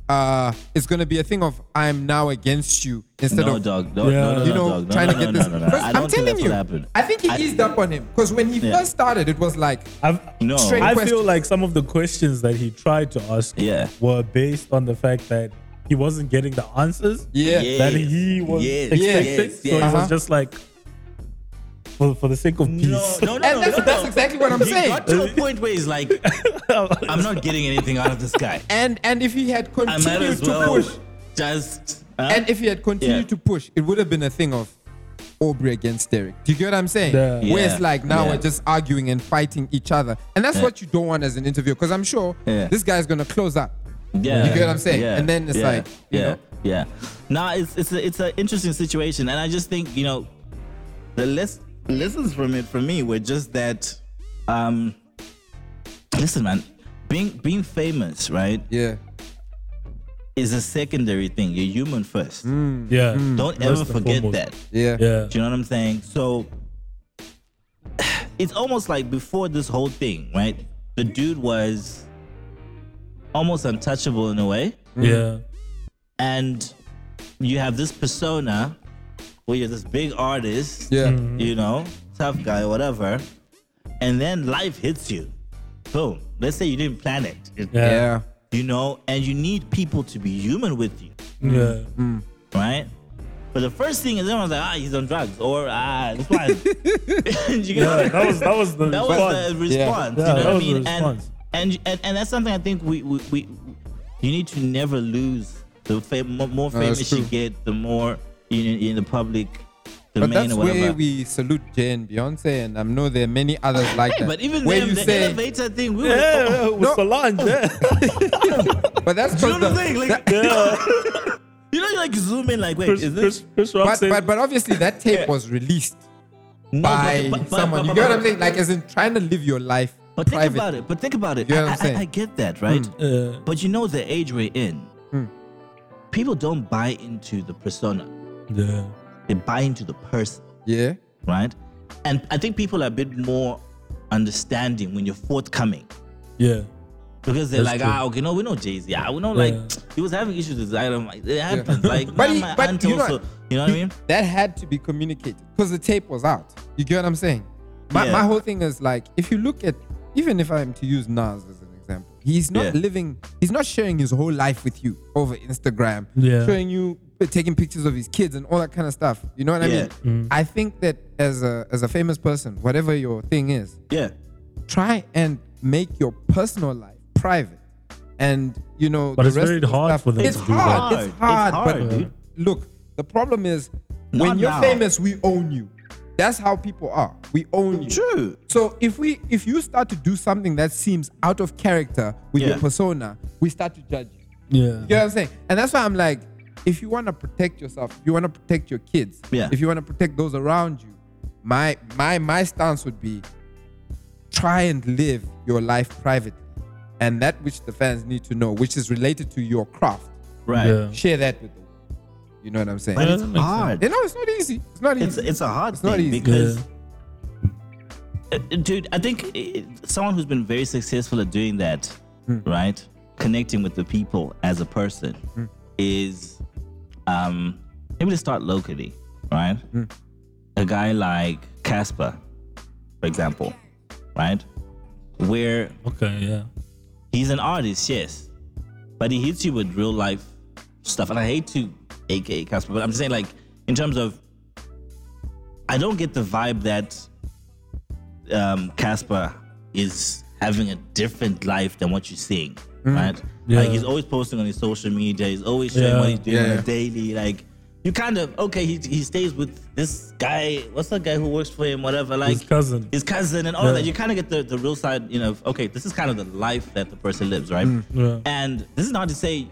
S5: Uh, it's gonna be a thing of I'm now against you instead
S2: no,
S5: of
S2: dog. No,
S4: Yeah.
S2: no, no, no,
S5: you know
S2: dog. No,
S5: trying
S2: no,
S5: to
S2: no,
S5: get
S2: no,
S5: this.
S2: No, no, no.
S5: 'Cause
S2: I
S5: I'm
S2: don't
S5: telling
S2: think
S5: you,
S2: that's what happened.
S5: I think he
S2: I-
S5: eased up on him because when he
S2: Yeah. Oh.
S5: first started, it was like
S4: I've,
S2: No.
S5: Straight-
S4: I
S5: question.
S4: feel like some of the questions that he tried to ask
S2: Yeah.
S4: were based on the fact that he wasn't getting the answers
S5: yeah, Uh-huh.
S2: Yeah.
S4: that he was
S2: Yes,
S4: expecting.
S2: yes,
S4: So it
S5: yes.
S4: was just like, for, for the sake of peace.
S2: No, no, no,
S5: and
S2: no,
S5: that's,
S2: no,
S5: that's
S2: no.
S5: exactly what I'm
S2: he
S5: saying.
S2: got to a point where he's like, I'm not getting anything out of this guy.
S5: and and if he had
S2: I might
S5: continued
S2: as
S5: to
S2: well
S5: push,
S2: just. huh?
S5: and if he had continued to
S2: Yeah.
S5: push, it would have been a thing of Aubrey against Derek. Do you get what I'm saying?
S4: Yeah.
S5: Where it's
S2: Yeah.
S5: like now
S2: Yeah.
S5: we're just arguing and fighting each other. And that's
S2: Yeah.
S5: what you don't want as an interviewer because I'm sure
S2: Yeah.
S5: this guy's going to close up.
S2: yeah,
S5: You get what I'm saying? And then it's
S2: yeah,
S5: like, you
S2: yeah,
S5: know?
S2: yeah. Nah, it's it's a, it's an interesting situation, and I just think you know, the less lessons from it for me were just that. Um, listen, man, being being famous, right,
S5: Yeah.
S2: is a secondary thing. You're human first.
S5: Mm,
S4: Yeah.
S2: Don't
S4: First
S2: ever
S4: and
S2: forget
S4: foremost.
S2: that.
S5: Yeah.
S4: Yeah.
S2: Do you know what I'm saying? So it's almost like before this whole thing, right? The dude was almost untouchable in a way.
S4: Yeah.
S2: And you have this persona where you're this big artist,
S5: Yeah.
S2: you know, tough guy, whatever. And then life hits you. Boom. Let's say you didn't plan it, it-
S4: Yeah.
S5: Yeah.
S2: you know, and you need people to be human with you
S5: Mm.
S4: Yeah.
S2: right? But the first thing is everyone's like, ah, he's on drugs, or ah, this one. you get
S4: Yeah, that was that was the
S2: that was
S4: response.
S2: the response.
S4: Yeah,
S2: you know
S4: that
S2: what I
S4: was the
S2: mean? And,
S4: response.
S2: and and and that's something I think we we, we you need to never lose. The fam- mo- more
S5: No, that's
S2: famous you
S5: true.
S2: get, the more in in the public domain
S5: But that's
S2: or whatever.
S5: where we salute Jay and Beyonce, and I know there are many others like
S2: Hey,
S5: that.
S2: but even
S5: where
S2: them,
S5: you
S2: the
S5: say,
S2: elevator thing, we were
S4: Yeah,
S2: oh,
S4: yeah, with
S5: No.
S4: Solange. Yeah.
S5: but that's
S2: you know
S5: because
S2: oh, what I'm
S5: the,
S2: saying? Like, you know, you like zoom in, like, wait,
S4: Chris,
S2: is
S4: Chris,
S2: this
S4: Chris Rock
S5: but,
S4: said,
S5: but but obviously that tape
S2: Yeah.
S5: was released
S2: No, but-
S5: by
S2: but- but-
S5: someone.
S2: but-
S5: you
S2: but-
S5: get what I'm saying? Like, as in trying to live your life
S2: But think
S5: private.
S2: about it. But think about it.
S5: You know
S2: I,
S5: what I'm
S2: I- I-
S5: saying? Hmm.
S2: I get that, right?
S4: Yeah.
S2: But you know the age we're in. People don't buy into the persona.
S4: yeah.
S2: They buy into the person,
S5: Yeah.
S2: right? And I think people are a bit more understanding when you're forthcoming.
S4: Yeah.
S2: Because they're
S4: That's
S2: like,
S4: true.
S2: ah, okay, no, we know Jay Z. Ah, we know,
S4: Yeah.
S2: like, he was having issues with his item. Like, it happens. Like,
S5: But
S2: my,
S5: he-
S2: my
S5: but
S2: aunt
S5: you know
S2: also,
S5: what?
S2: you know what I mean?
S5: That had to be communicated because the tape was out. You get what I'm saying? My,
S2: Yeah.
S5: my whole thing is like, if you look at, even if I'm to use Nas as an example, he's not
S2: Yeah.
S5: living, he's not sharing his whole life with you over Instagram,
S4: Yeah.
S5: showing you uh, taking pictures of his kids and all that kind of stuff. You know what
S2: Yeah.
S5: I mean? I think that as a as a famous person, whatever your thing is,
S2: Yeah.
S5: try and make your personal life private. and you know.
S4: But
S5: the
S4: it's
S5: rest
S4: very
S5: of the
S4: hard
S5: stuff.
S4: for them
S5: it's
S4: to do
S5: hard,
S2: that.
S5: It's
S2: It's
S5: hard.
S2: hard,
S5: but
S2: dude.
S5: look, the problem is
S2: Not
S5: when you're
S2: now.
S5: famous, we own you. That's how people are. We own you.
S2: True.
S5: So if we if you start to do something that seems out of character with your
S2: Yeah.
S5: persona, we start to judge you.
S4: Yeah.
S5: You know what I'm saying? And that's why I'm like, if you want to protect yourself, if you want to protect your kids,
S2: Yeah.
S5: if you want to protect those around you, my my my stance would be try and live your life privately. And that which the fans need to know, which is related to your craft,
S2: Right.
S4: Yeah.
S5: share that with them. You know what I'm saying?
S2: But
S4: Yeah,
S2: it's
S4: that makes
S2: hard.
S5: you know, it's not easy. It's not easy.
S2: It's it's a hard
S5: not
S2: thing
S5: easy.
S2: because Uh, dude, I think i- someone who's been very successful at doing that, right? Connecting with the people as a person is um maybe to start locally, right? A guy like Casper, for example, right? Where
S4: Okay. Yeah.
S2: he's an artist, yes, but he hits you with real life stuff. And I hate to AKA Casper, but I'm saying like in terms of, I don't get the vibe that um, Casper is having a different life than what you're seeing, right? Like
S4: Mm. Yeah.
S2: he's always posting on his social media. He's always showing
S4: Yeah.
S2: what he's doing on
S5: Yeah.
S2: a daily. Like you kind of okay. He, he stays with this guy. What's that guy who works for him? Whatever. Like
S4: cousin.
S2: his cousin and all
S4: Yeah.
S2: that. You kind of get the, the real side, you know, of, okay, this is kind of the life that the person lives, right?
S4: Mm, yeah.
S2: And this is not to say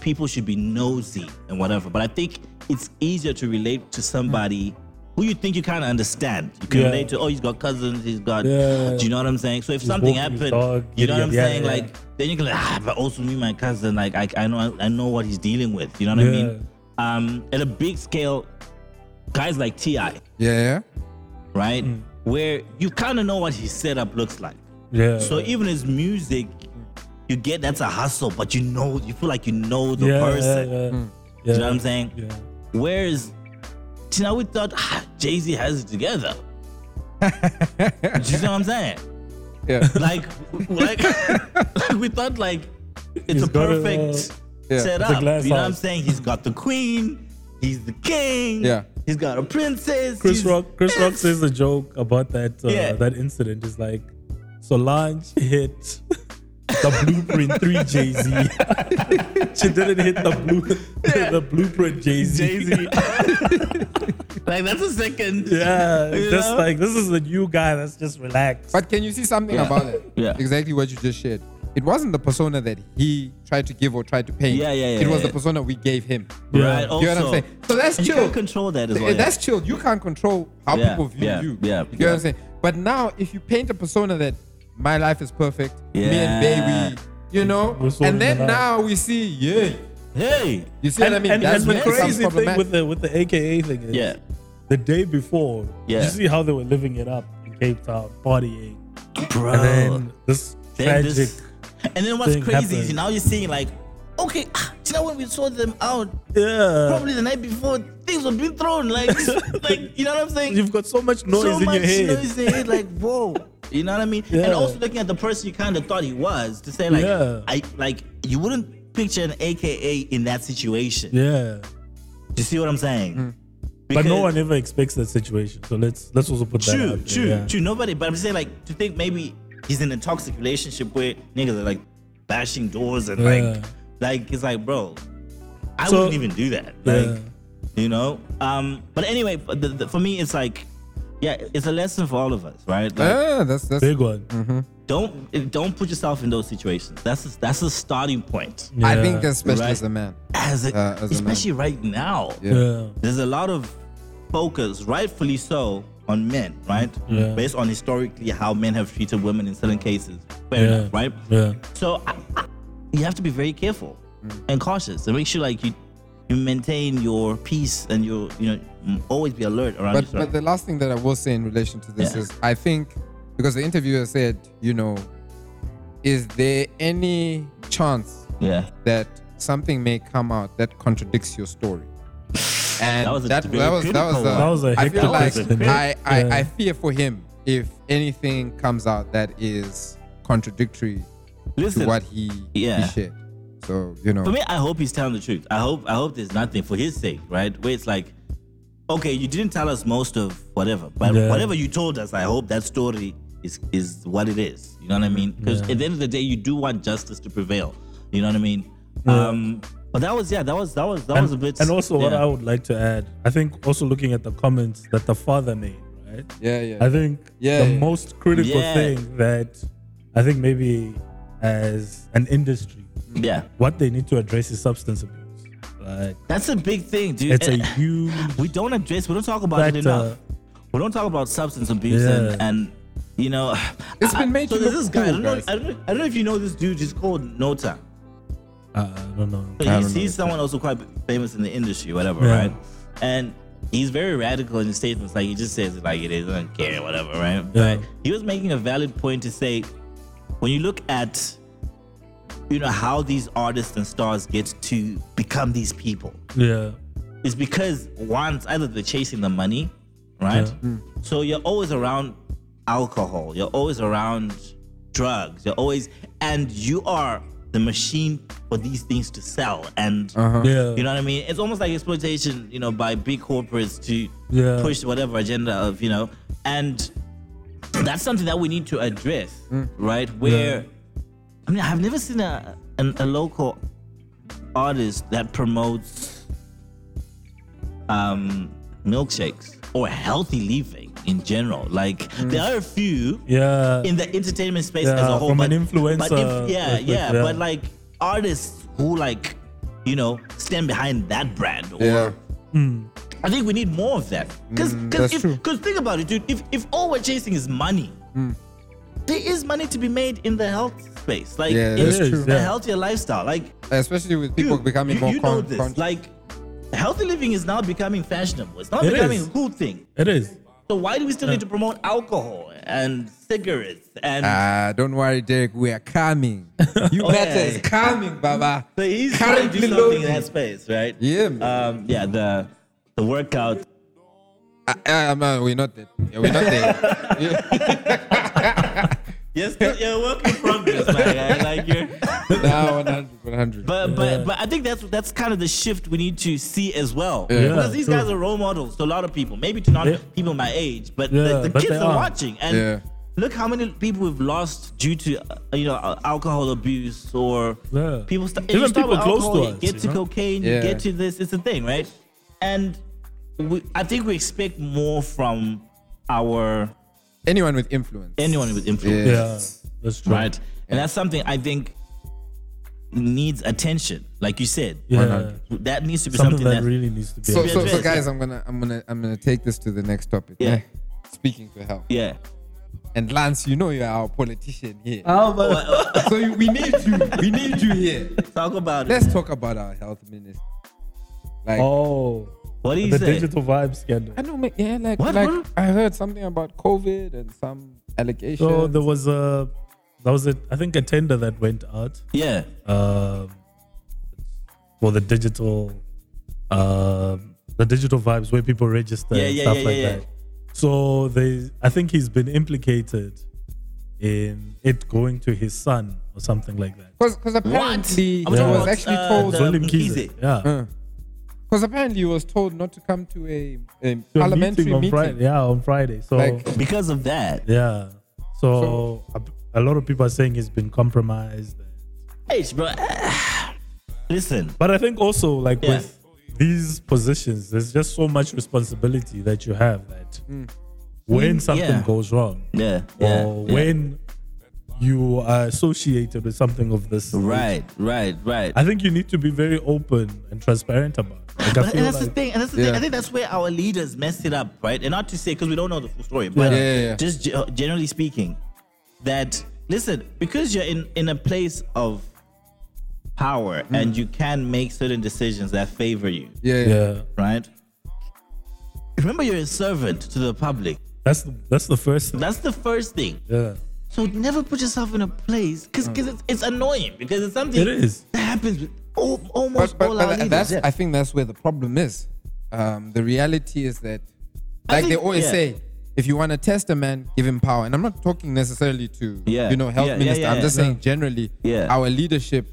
S2: people should be nosy and whatever, but I think it's easier to relate to somebody who you think you kind of understand. You can
S4: Yeah.
S2: relate to, oh, he's got cousins, he's got,
S4: Yeah.
S2: do you know what I'm saying? So if something
S4: walking his
S2: happened,
S4: dog,
S2: you know what
S4: idiot.
S2: I'm
S4: Yeah,
S2: saying?
S4: yeah,
S2: Like,
S4: yeah.
S2: then you can like, ah, but also me, my cousin, like, I, I know I know what he's dealing with, you know what I
S4: Yeah.
S2: mean? Um, at a big scale, guys like T.I.,
S5: yeah.
S2: right?
S4: Mm.
S2: Where you kind of know what his setup looks like.
S4: Yeah.
S2: So even his music, you get that's a hustle, but you know, you feel like you know the
S4: yeah,
S2: person.
S4: Yeah. Yeah.
S2: Hmm. Do you know what I'm saying?
S4: Yeah.
S2: Whereas, you know, we thought ah, Jay Z has it together. Do you know what I'm saying?
S5: Yeah.
S2: Like, like, like we thought like it's
S4: He's
S2: a
S4: got it all.
S2: perfect
S5: Yeah.
S2: setup. You know
S4: glass
S2: what I'm
S4: house.
S2: saying? He's got the queen. He's the king.
S5: Yeah.
S2: He's got a princess.
S4: Chris
S2: he's-
S4: Rock. Chris Rock
S2: it's-
S4: says a joke about that uh,
S2: Yeah.
S4: that incident. Is like Solange hit the blueprint three Jay Z. she didn't hit the blue the blueprint Jay
S2: Jay
S4: Z.
S2: Z. like that's a second.
S4: Yeah,
S2: You
S4: just
S2: know?
S4: like this is a new guy that's just relaxed.
S5: But can you see something about it?
S2: Yeah.
S5: Exactly what you just shared. It wasn't the persona that he tried to give or tried to paint.
S2: Yeah, yeah, yeah,
S5: It was
S2: yeah.
S5: the persona we gave him.
S2: Right.
S4: Yeah.
S2: Also,
S5: You know what I'm saying? So that's
S2: you
S5: chill.
S2: can't control that as well.
S5: Eh,
S2: yeah.
S5: That's chill. You can't control how
S2: Yeah,
S5: people view
S2: yeah,
S5: you.
S2: yeah,
S5: You know what
S2: yeah.
S5: I'm saying? But now, if you paint a persona that my life is perfect, me and
S2: Yeah.
S5: Bay, we, you know,
S4: We're sorting
S5: and then
S4: it out.
S5: now we see, yeah.
S2: hey.
S5: You see
S4: and,
S5: what I mean?
S4: and, and the
S5: when it becomes
S4: crazy thing
S5: problematic.
S4: with the with the AKA thing is
S2: Yeah.
S4: the day before,
S2: Yeah.
S4: you see how they were living it up in Cape Town, partying,
S2: Bro.
S4: and then this
S2: Oh. Then
S4: tragic.
S2: this- and then what's
S4: thing
S2: crazy is
S4: happened.
S2: now you're seeing like, okay, ah, do you know when we saw them out
S4: yeah,
S2: probably the night before, things were being thrown. Like, like you know what I'm saying?
S4: you've got so much noise
S2: so
S4: in
S2: much
S4: your head.
S2: noise in your head, like, whoa. You know what I mean?
S4: Yeah.
S2: And also looking at the person you kind of thought he was to say like,
S4: Yeah.
S2: I like you wouldn't picture an AKA in that situation.
S4: Yeah,
S2: Do you see what I'm saying?
S4: Hmm. but no
S2: Because-
S4: one ever expects that situation. So let's let's also put that.
S2: True,
S4: out there,
S2: true,
S4: yeah.
S2: true. Nobody, but I'm saying like to think maybe he's in a toxic relationship where niggas are like bashing doors and
S4: Yeah.
S2: like, like it's like, bro, I
S4: So-
S2: wouldn't even do that. Like, you know. Um, but anyway, but the, the, for me, it's like, yeah, it's a lesson for all of us, right? Like,
S5: Ah, that's, that's,
S4: Big one.
S5: Mm-hmm.
S2: don't don't put yourself in those situations. That's a, that's a starting point.
S5: I
S4: Yeah.
S5: think especially
S2: Right.
S5: as a man.
S2: As, a,
S5: Uh, as a man.
S2: especially right now,
S4: Yeah.
S2: there's a lot of focus, rightfully so, on men, right?
S4: Yeah.
S2: Based on historically how men have treated women in certain cases. Fair
S4: Yeah.
S2: enough, right?
S4: Yeah.
S2: So I, I, you have to be very careful and cautious and make sure like you you maintain your peace and your you know m- always be alert around
S5: But,
S2: yourself.
S5: but the last thing that I will say in relation to this
S2: Yeah.
S5: is I think because the interviewer said, you know, is there any chance
S2: yeah.
S5: that something may come out that contradicts your story? And
S2: That was a
S5: that,
S2: very
S5: that was that was a,
S2: critical one.
S4: That was a
S5: I feel
S4: hectic
S5: like
S4: question.
S5: I, I,
S4: Yeah.
S5: I fear for him if anything comes out that is contradictory
S2: Listen,
S5: to what he,
S2: yeah.
S5: he shared. So you know,
S2: For me, I hope he's telling the truth. I hope I hope there's nothing for his sake, right? Where it's like, okay, you didn't tell us most of whatever, but
S4: Yeah.
S2: whatever you told us, I hope that story is is what it is. You know what I mean? Because
S4: Yeah.
S2: at the end of the day, you do want justice to prevail. You know what I mean? Um, but that was yeah, that was that was that was a bit.
S4: and also, what
S2: yeah.
S4: I would like to add, I think also looking at the comments that the father made, right?
S5: Yeah, yeah.
S4: I think
S5: Yeah,
S4: the
S5: yeah.
S4: most critical
S2: Yeah.
S4: thing that I think maybe as an industry,
S2: yeah,
S4: what they need to address is substance abuse. Like
S2: that's a big thing, dude.
S4: it's a
S2: And-
S4: huge
S2: we don't address, we don't talk about it
S4: But, uh,
S2: enough. We don't talk about substance abuse and,
S4: Yeah.
S2: and you know,
S5: It's
S2: I-
S5: been made
S2: so
S5: to
S2: there's
S5: look
S2: this guy. I
S5: cool,
S2: don't, know,
S5: guys.
S2: I don't know. I don't know if you know this dude. He's called Nota.
S4: uh, I don't know.
S2: But
S4: I
S2: he's,
S4: don't know.
S2: he's someone also quite famous in the industry, whatever,
S4: Yeah.
S2: right? And he's very radical in his statements. Like he just says it like it is, I don't care, whatever, right?
S4: Yeah.
S2: But he was making a valid point to say, when you look at, you know, how these artists and stars get to become these people,
S4: Yeah.
S2: it's because one, it's either they're chasing the money, right? So you're always around alcohol, you're always around drugs, you're always, and you are the machine for these things to sell. And
S4: Yeah.
S2: you know what I mean? It's almost like exploitation, you know, by big corporates to
S4: Yeah.
S2: push whatever agenda of, you know, and that's something that we need to address,
S4: Mm.
S2: right? Where, I mean, I've never seen a, an, a local artist that promotes um, milkshakes or healthy living in general. Like,
S4: Mm.
S2: there are a few
S4: yeah.
S2: in the entertainment space
S4: Yeah,
S2: as a whole.
S4: from
S2: but,
S4: an influencer
S2: but if- yeah,
S4: perspective,
S2: yeah,
S4: yeah.
S2: but like artists who like, you know, stand behind that brand. Or,
S5: yeah. Mm,
S2: I think we need more of that. Because
S5: that's
S2: if
S5: true. Mm.
S2: because think about it, dude. If if all we're chasing is money, there is money to be made in the health space, like
S5: Yeah,
S2: in
S5: that's
S4: true.
S2: a
S4: Yeah.
S2: healthier lifestyle, like
S5: Especially with people
S2: Dude,
S5: becoming
S2: you,
S5: more
S2: you know
S5: con-
S2: this.
S5: conscious.
S2: Like healthy living is now becoming fashionable. It's not
S4: It
S2: becoming
S4: is.
S2: a cool thing.
S4: it is.
S2: So why do we still need to promote alcohol and cigarettes and
S5: Ah, don't worry, Derek. We are coming. You
S2: Okay.
S5: better is coming, Baba.
S2: Oh, So he's trying to do
S5: Currently
S2: something in
S5: loading.
S2: that space, right?
S5: Yeah, man.
S2: Um, yeah, the the workout.
S5: Ah, ah, man, we're not there. Yeah, we're not there.
S2: You're still you're a work in progress, my guy. Like you're
S5: now 100, 100.
S2: but but but I think that's that's kind of the shift we need to see as well.
S5: Yeah.
S2: Because these
S4: true.
S2: guys are role models to a lot of people. Maybe to not
S4: They-
S2: people my age, but
S4: Yeah,
S2: the, the
S4: but
S2: kids
S4: they
S2: are,
S4: are.
S2: watching and
S5: Yeah.
S2: look how many people we've lost due to uh, you know uh, alcohol abuse or
S4: Yeah.
S2: people st-
S4: Even
S2: you start
S4: people
S2: with
S4: close to
S2: alcohol,
S4: us,
S2: You get
S4: you
S2: to
S4: know?
S2: cocaine, you
S5: Yeah.
S2: get to this. It's a thing, right? And we, I think we expect more from our
S5: Anyone with influence.
S2: anyone with influence,
S5: Yeah.
S4: Yeah. That's true.
S2: right? And that's something I think needs attention. Like you said,
S4: Yeah.
S5: 100.
S2: that needs to be
S4: Something
S2: something,
S4: that
S2: that.
S4: really needs to be.
S5: So,
S4: addressed.
S5: so, so
S2: addressed,
S5: guys, I'm gonna, I'm gonna, I'm gonna take this to the next topic.
S2: Yeah.
S5: eh? Speaking to health.
S2: yeah.
S5: And Lance, you know you're our politician here.
S2: Well, uh,
S5: so we need you. We need you here.
S2: oh, talk about it.
S5: Let's talk about our health minister. Like,
S4: Oh,
S2: What do you
S4: the
S2: say?
S4: digital vibe scandal.
S5: I don't. ma- Yeah, like,
S2: What?
S5: like
S2: What?
S5: I heard something about COVID and some allegations.
S4: So there was a, that was a, I think a tender that went out
S2: Yeah.
S4: um, for the digital, um, the digital vibes where people register
S2: Yeah,
S4: and
S2: yeah,
S4: stuff
S2: yeah,
S4: like
S2: yeah,
S4: that. So they, I think he's been implicated in it going to his son or something like that.
S5: because apparently
S2: I'm
S5: he
S2: talking
S5: was
S2: about,
S5: actually
S2: uh,
S5: told
S2: the-
S4: Zweli
S2: Mkhize.
S4: Mkhize, Yeah.
S5: because apparently he was told not to come to a, a
S4: To a
S5: parliamentary meeting.
S4: on Friday. Yeah, on Friday. So
S5: Like-
S2: Because of that.
S4: yeah. So, a, a lot of people are saying he's been compromised.
S2: Hey, bro. Listen.
S4: But I think also like
S2: Yeah.
S4: with these positions, there's just so much responsibility that you have that
S5: Hmm.
S4: when something
S2: Mm, yeah.
S4: goes wrong,
S2: Yeah.
S4: or
S2: Yeah. yeah.
S4: when you are associated with something of this,
S2: Right. Right. Right.
S4: I think you need to be very open and transparent about. It. Like, I
S2: But
S4: feel
S2: and that's the
S4: like-
S2: thing, and that's the thing.
S5: Yeah.
S2: I think that's where our leaders messed it up, right? And not to say because we don't know the full story, but
S5: Yeah, yeah, yeah.
S2: just ge- uh, generally speaking, that listen, because you're in in a place of power
S4: Mm-hmm.
S2: and you can make certain decisions that favor you,
S5: Yeah, yeah.
S4: Yeah,
S2: right? Remember, you're a servant to the public.
S4: that's the, that's the first thing.
S2: That's the first thing.
S4: Yeah,
S2: So never put yourself in a place because it's, it's annoying because it's something
S4: It is.
S2: that happens with al-
S5: But,
S2: almost
S5: but,
S2: all
S5: but
S2: our leaders.
S5: that's
S2: yeah.
S5: I think that's where the problem is. Um, the reality is that, like
S2: think-
S5: they always
S2: yeah.
S5: say, if you want to test a man, give him power. And I'm not talking necessarily to
S2: Yeah.
S5: you know health
S2: Yeah, yeah,
S5: minister.
S2: yeah,
S5: I'm just
S2: yeah.
S5: saying generally,
S2: Yeah.
S5: our leadership,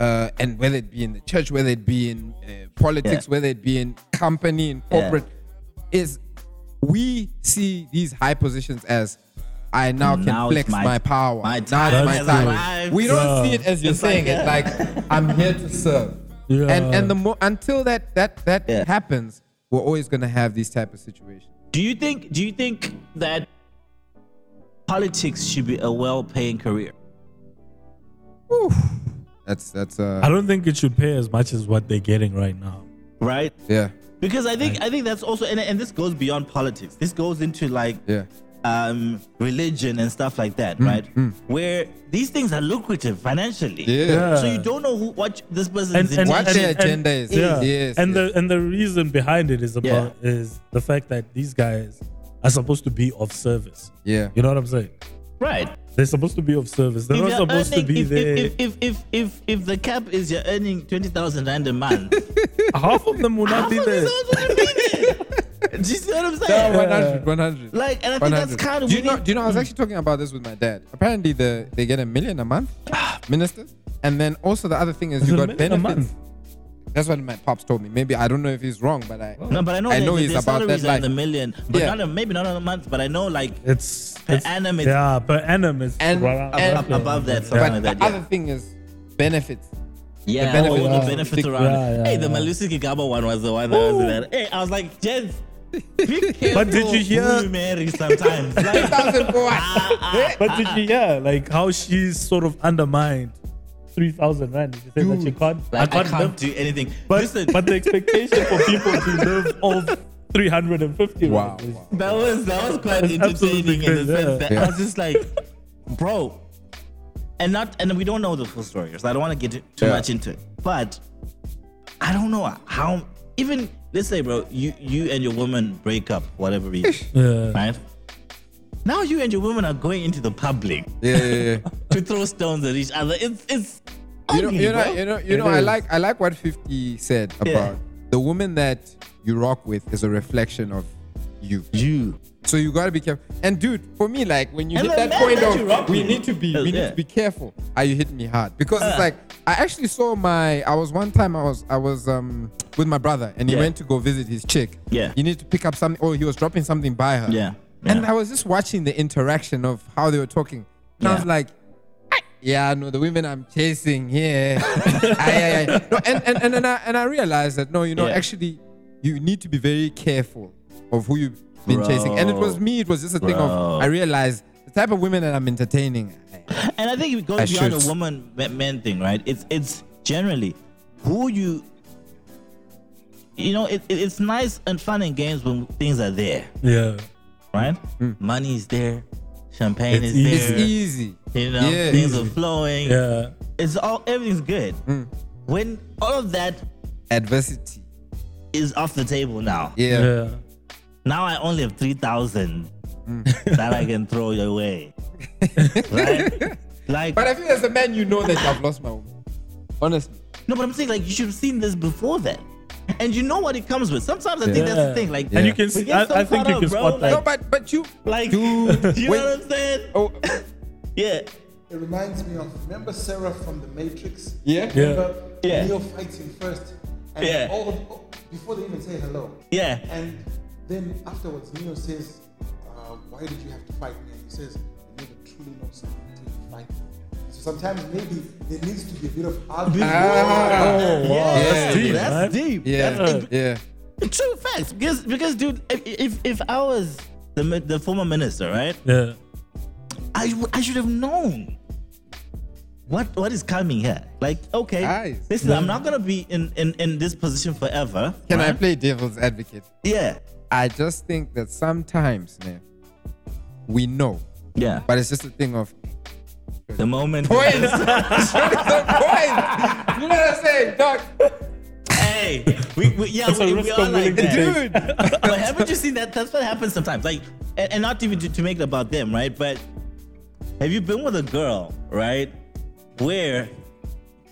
S5: uh, and whether it be in the church, whether it be in uh, politics,
S2: Yeah.
S5: whether it be in company, in corporate, is we see these high positions as I now can
S2: Now it's
S5: flex
S2: my-
S5: my, power.
S2: my
S5: now
S2: time
S5: it's
S2: has
S5: my time.
S2: arrived.
S5: We don't
S4: Yeah.
S5: see it as you're saying it. Like I'm here to serve.
S4: Yeah.
S5: And and the more until that that that
S2: Yeah.
S5: happens, we're always gonna have these type of situations.
S2: Do you think? Do you think that politics should be a well-paying career?
S5: Whew. That's that's
S4: I
S5: uh
S4: don't think it should pay as much as what they're getting right now.
S2: Right?
S5: yeah
S2: Because I think I think that's also and, and this goes beyond politics. This goes into like
S5: yeah
S2: um, religion and stuff like
S4: Mm,
S2: that, right? Where these things are lucrative financially.
S5: yeah.
S2: So you don't know who, what this
S4: and,
S2: person's
S4: and,
S5: What
S2: intention.
S5: their
S4: and-
S5: agenda
S4: and-
S5: is.
S4: Yeah.
S5: Yes,
S4: and
S5: yes.
S4: the and the reason behind it is about is the fact that these guys are supposed to be of service.
S5: Yeah.
S4: You know what I'm saying?
S2: right.
S4: They're supposed to be of service. They're
S2: If
S4: not
S2: you're
S4: supposed
S2: earning,
S4: to be
S2: if,
S4: there.
S2: If, if, if, if, if the cap is you're earning 20,000 rand a month,
S4: half of them will
S2: how
S4: not be
S2: come
S4: there.
S2: this one's gonna be there? Do you see what I'm saying?
S5: One hundred, one hundred.
S2: like, and I think that's kind of
S5: do you know? Do you know? I was actually talking about this with my dad. Apparently, the they get a million a month, ministers, and then also the other thing is
S4: It's
S5: you
S4: a
S5: got
S4: million a
S5: benefits.
S4: month.
S5: That's what my pops told me. Maybe I don't know if he's wrong, but I
S2: No, but I know,
S5: I
S2: that
S5: know
S2: the-
S5: he's
S2: the
S5: about that
S2: salaries are in
S5: life.
S2: the million, but
S5: Yeah.
S2: not a, maybe not on a month. But I know like
S4: It's
S2: Per
S4: it's-
S2: annum, it's-
S4: yeah, per annum it's
S5: And-
S4: right
S5: and-
S4: up there.
S2: eh, above that, something
S5: but
S2: like
S5: the
S2: that. yeah.
S5: other thing is benefits.
S2: Yeah, the
S5: benefits
S2: all the
S5: are
S2: benefits
S5: ridiculous.
S2: around.
S4: Yeah, yeah,
S2: hey, the
S4: yeah.
S2: Malusi Kigaba one was the one that was there. Hey, I was like, Jens, be careful
S4: But did you hear-
S2: who you marry sometimes? Like,
S5: Thousand for what?
S4: But did you, yeah, like how she's sort of undermined three thousand rand. She said that she can't,
S2: like, I can't,
S4: live.
S2: do anything.
S4: But
S2: Listen,
S4: but the expectation for people to live off three hundred and fifty.
S5: Wow,
S4: rand is-
S5: wow.
S2: that was that was quite
S4: That's absolutely
S2: entertaining in the
S4: crazy,
S2: sense
S4: yeah.
S2: that I was just like, bro, and not and we don't know the full story, so I don't want to get too
S5: Yeah.
S2: much into it. But I don't know how even let's say, bro, you you and your woman break up, whatever reason,
S4: Yeah.
S2: right? Now you and your woman are going into the public.
S5: Yeah, yeah, yeah.
S2: to throw stones at each other. It's it's
S5: you know,
S2: ugly,
S5: you know,
S2: bro.
S5: you know, you
S4: It
S5: know. I
S4: is.
S5: like, I like what Fifty said about
S2: Yeah.
S5: the woman that you rock with is a reflection of you.
S2: you.
S5: So you gotta be careful. And dude, for me, like when you
S2: And
S5: hit
S2: the
S5: that
S2: man
S5: point
S2: that you rock
S5: of we
S2: with.
S5: need to be,
S2: Hell
S5: we need
S2: yeah.
S5: to be careful. Are you hitting me hard? Because
S2: Uh.
S5: it's like I actually saw my. I was one time I was I was um with my brother and he
S2: Yeah.
S5: went to go visit his chick.
S2: Yeah.
S5: He needed to pick up something or he was dropping something by her.
S2: Yeah,
S5: And
S2: yeah.
S5: I was just watching the interaction of how they were talking. And I was
S2: Yeah.
S5: like. "Ah, Yeah, no, the women I'm chasing here. Aye, aye, aye. No, and, and, and, and, I, and I realized that, no, you know,
S2: Yeah.
S5: actually, you need to be very careful of who you've been chasing. And it was
S2: Bro.
S5: me, it was just a thing
S2: Bro.
S5: of I realized the type of women that I'm entertaining.
S2: And I think it goes
S5: I
S2: beyond
S5: should-
S2: a woman ma- man thing, right? It's it's generally who you. You know, it, it- it's nice and fun and games when things are there,
S4: Yeah.
S2: right? Money is there, champagne is
S4: It's easy.
S2: there.
S5: It's easy.
S2: You know,
S5: Yeah.
S2: things
S5: Easy.
S2: are flowing.
S4: Yeah.
S2: It's all everything's good. When all of that
S5: Adversity.
S2: is off the table now,
S5: Yeah.
S4: Yeah.
S2: now I only have 3,000 that I can throw away. right? Like,
S5: But I feel as a man, you know that I've lost my woman. Honestly.
S2: no, but I'm saying, like, you should have seen this before then. And you know what it comes with. Sometimes I think that's
S4: Yeah.
S2: the thing. Like,
S4: And you
S5: Yeah.
S4: can
S2: we
S4: see,
S2: get
S4: I,
S2: so
S4: I think
S2: caught
S4: you
S2: up,
S4: can
S2: bro,
S4: spot
S5: No,
S4: that.
S5: but but you
S2: like
S5: dude.
S2: do you
S5: when-
S2: know what I'm saying?
S5: oh
S2: Yeah.
S6: It reminds me of remember Sarah from the Matrix.
S5: yeah.
S4: yeah.
S6: Remember
S2: Yeah.
S6: Neo fights him first, and
S2: Yeah.
S6: all of- before they even say hello.
S2: Yeah.
S6: And then afterwards, Neo says, uh, "Why did you have to fight me?" And he says, "You never truly know something until you fight." me." So sometimes maybe there needs to be a bit of argument.
S5: Oh, wow.
S2: Yeah,
S5: That's deep,
S2: That's
S4: man.
S2: deep. That's
S5: Yeah.
S2: deep.
S5: Yeah.
S2: True facts. Because, because dude, if, if, if I was the, mi- the former minister, right?
S4: Yeah.
S2: I, w- I should have known what what is coming here. Like, okay,
S5: Guys.
S2: listen, I'm not gonna be in in, in this position forever.
S5: Can I
S2: right?
S5: play devil's advocate?
S2: Yeah,
S5: I just think that sometimes, man, we know,
S2: yeah.
S5: but it's just a thing of
S2: the moment.
S5: points. Show me some points. You know what I'm saying, Doc?
S2: Hey, we, we yeah
S4: That's a
S2: we, we
S4: risk
S2: are
S4: I'm
S2: like
S4: willing to
S2: that.
S4: take.
S5: Dude.
S2: but haven't you seen that? That's what happens sometimes. Like, and, and not even to, to make it about them, right? But have you been with a girl, right? Where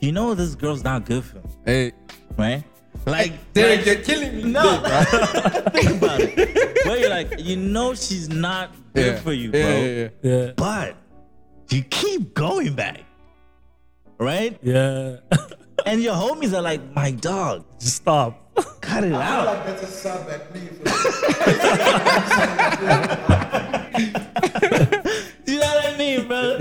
S2: you know this girl's not good for me,
S5: Hey,
S2: right? Like,
S5: Derek,
S2: like-
S5: you're killing me.
S2: No, think about it. Where you're like, you know, she's not good for you, bro.
S5: Yeah,
S4: Yeah.
S2: But you keep going back, right?
S4: Yeah.
S2: And your homies are like, my dog,
S4: Just stop.
S2: cut it out.
S6: That's a sub at me.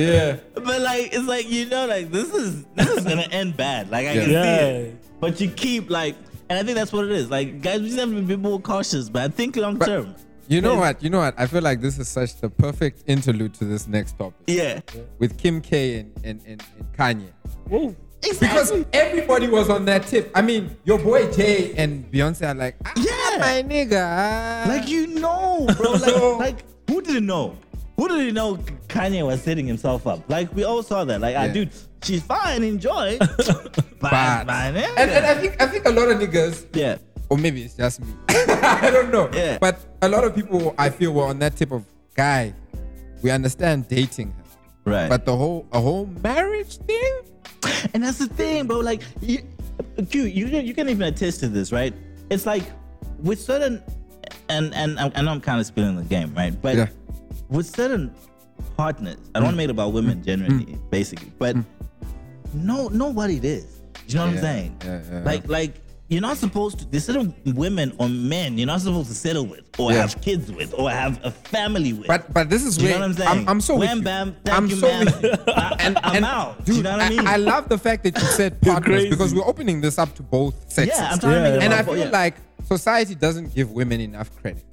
S5: Yeah.
S2: But like it's like you know like this is this is gonna end bad. Like I can
S4: Yeah.
S2: see it. But you keep like and I think that's what it is. Like guys, we just have to be more cautious, but I think long
S5: But-
S2: term.
S5: You know what? You know what? I feel like this is such the perfect interlude to this next topic
S2: Yeah.
S5: with Kim K and, and, and, and Kanye. Because
S2: Exactly.
S5: everybody was on that tip. I mean, your boy Jay and Beyonce are like, ah,
S2: Yeah.
S5: my nigga. ah."
S2: like you know, bro. Like, like who didn't know? Who didn't know Kanye was setting himself up? Like we all saw that. Like ah,
S5: Yeah.
S2: dude, she's fine, enjoy.
S5: But-
S2: but man, eh?
S5: and, and I think I think a lot of niggas,
S2: yeah.
S5: or maybe it's just me. I don't know.
S2: Yeah.
S5: But a lot of people I feel were on that tip of guy. We understand dating her.
S2: Right.
S5: But the whole a whole marriage thing?
S2: And that's the thing, bro. Like, you, Q, you you can even attest to this, right? It's like with certain, and and I I know I'm kind of spilling the game, right? But
S5: Yeah. Mm.
S2: with certain partners, I don't want to make it about women generally, basically. But no, know what it is. You know what
S5: Yeah,
S2: I'm saying?
S5: yeah, yeah,
S2: Like, like you're not supposed to. There's certain women or men you're not supposed to settle with, or
S5: Yeah.
S2: have kids with, or have a family with.
S5: But but this is
S2: Do you
S5: where
S2: know what I'm saying?
S5: I'm, I'm so with
S2: Wham,
S5: you.
S2: bam, thank
S5: I'm
S2: you,
S5: so
S2: ma'am.
S5: with you.
S2: I, am I'm out.
S5: Dude,
S2: Do you know what I, mean?
S5: I love the fact that you said partners
S4: crazy.
S5: because we're opening this up to both sexes.
S2: yeah, I'm trying
S4: Yeah,
S2: to make it
S5: and I
S2: about-
S5: feel
S2: yeah.
S5: like society doesn't give women enough credit.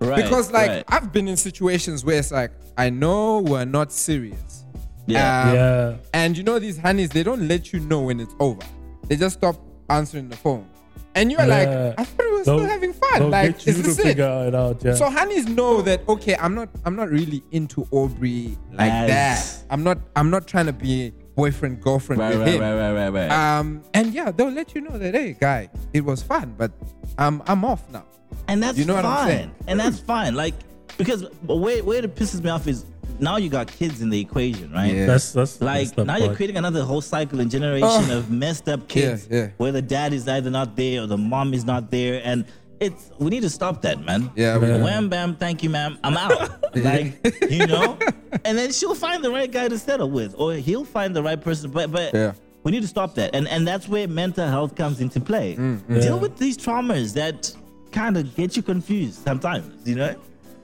S2: Right,
S5: because like
S2: right.
S5: I've been in situations where it's like I know we're not serious.
S2: Yeah.
S5: Um,
S4: Yeah.
S5: And you know these honeys, they don't let you know when it's over. They just stop answering the phone. And you're
S4: Yeah.
S5: like, I thought we were still
S4: They'll-
S5: having fun.
S4: they'll
S5: Like,
S4: get you
S5: is this
S4: to
S5: it?
S4: figure it out. Yeah.
S5: So honeys know that okay, I'm not I'm not really into Aubrey like
S2: Nice.
S5: that. I'm not I'm not trying to be boyfriend girlfriend
S2: Right,
S5: with
S2: right,
S5: him.
S2: right, right, right, right.
S5: Um, and yeah, they'll let you know that hey, guy, it was fun, but I'm I'm off now.
S2: and that's
S5: you know what
S2: fine.
S5: I'm saying?
S2: And that's fine. Like because but where where it pisses me off is now you got kids in the equation, right?
S5: Yeah.
S4: that's that's
S2: Like
S4: that's the
S2: now you're
S4: part.
S2: creating another whole cycle and generation
S5: Ugh.
S2: of messed up kids
S5: Oh. yeah.
S2: where the dad is either not there or the mom is not there and it's we need to stop that man.
S5: Yeah, we
S4: Yeah.
S5: do.
S2: Wham bam, thank you, ma'am. I'm out. like, you know? And then she'll find the right guy to settle with, or he'll find the right person. But but
S5: Yeah.
S2: we need to stop that. And and that's where mental health comes into play. Deal
S4: Mm, Yeah.
S2: with these traumas that kind of get you confused sometimes, you know?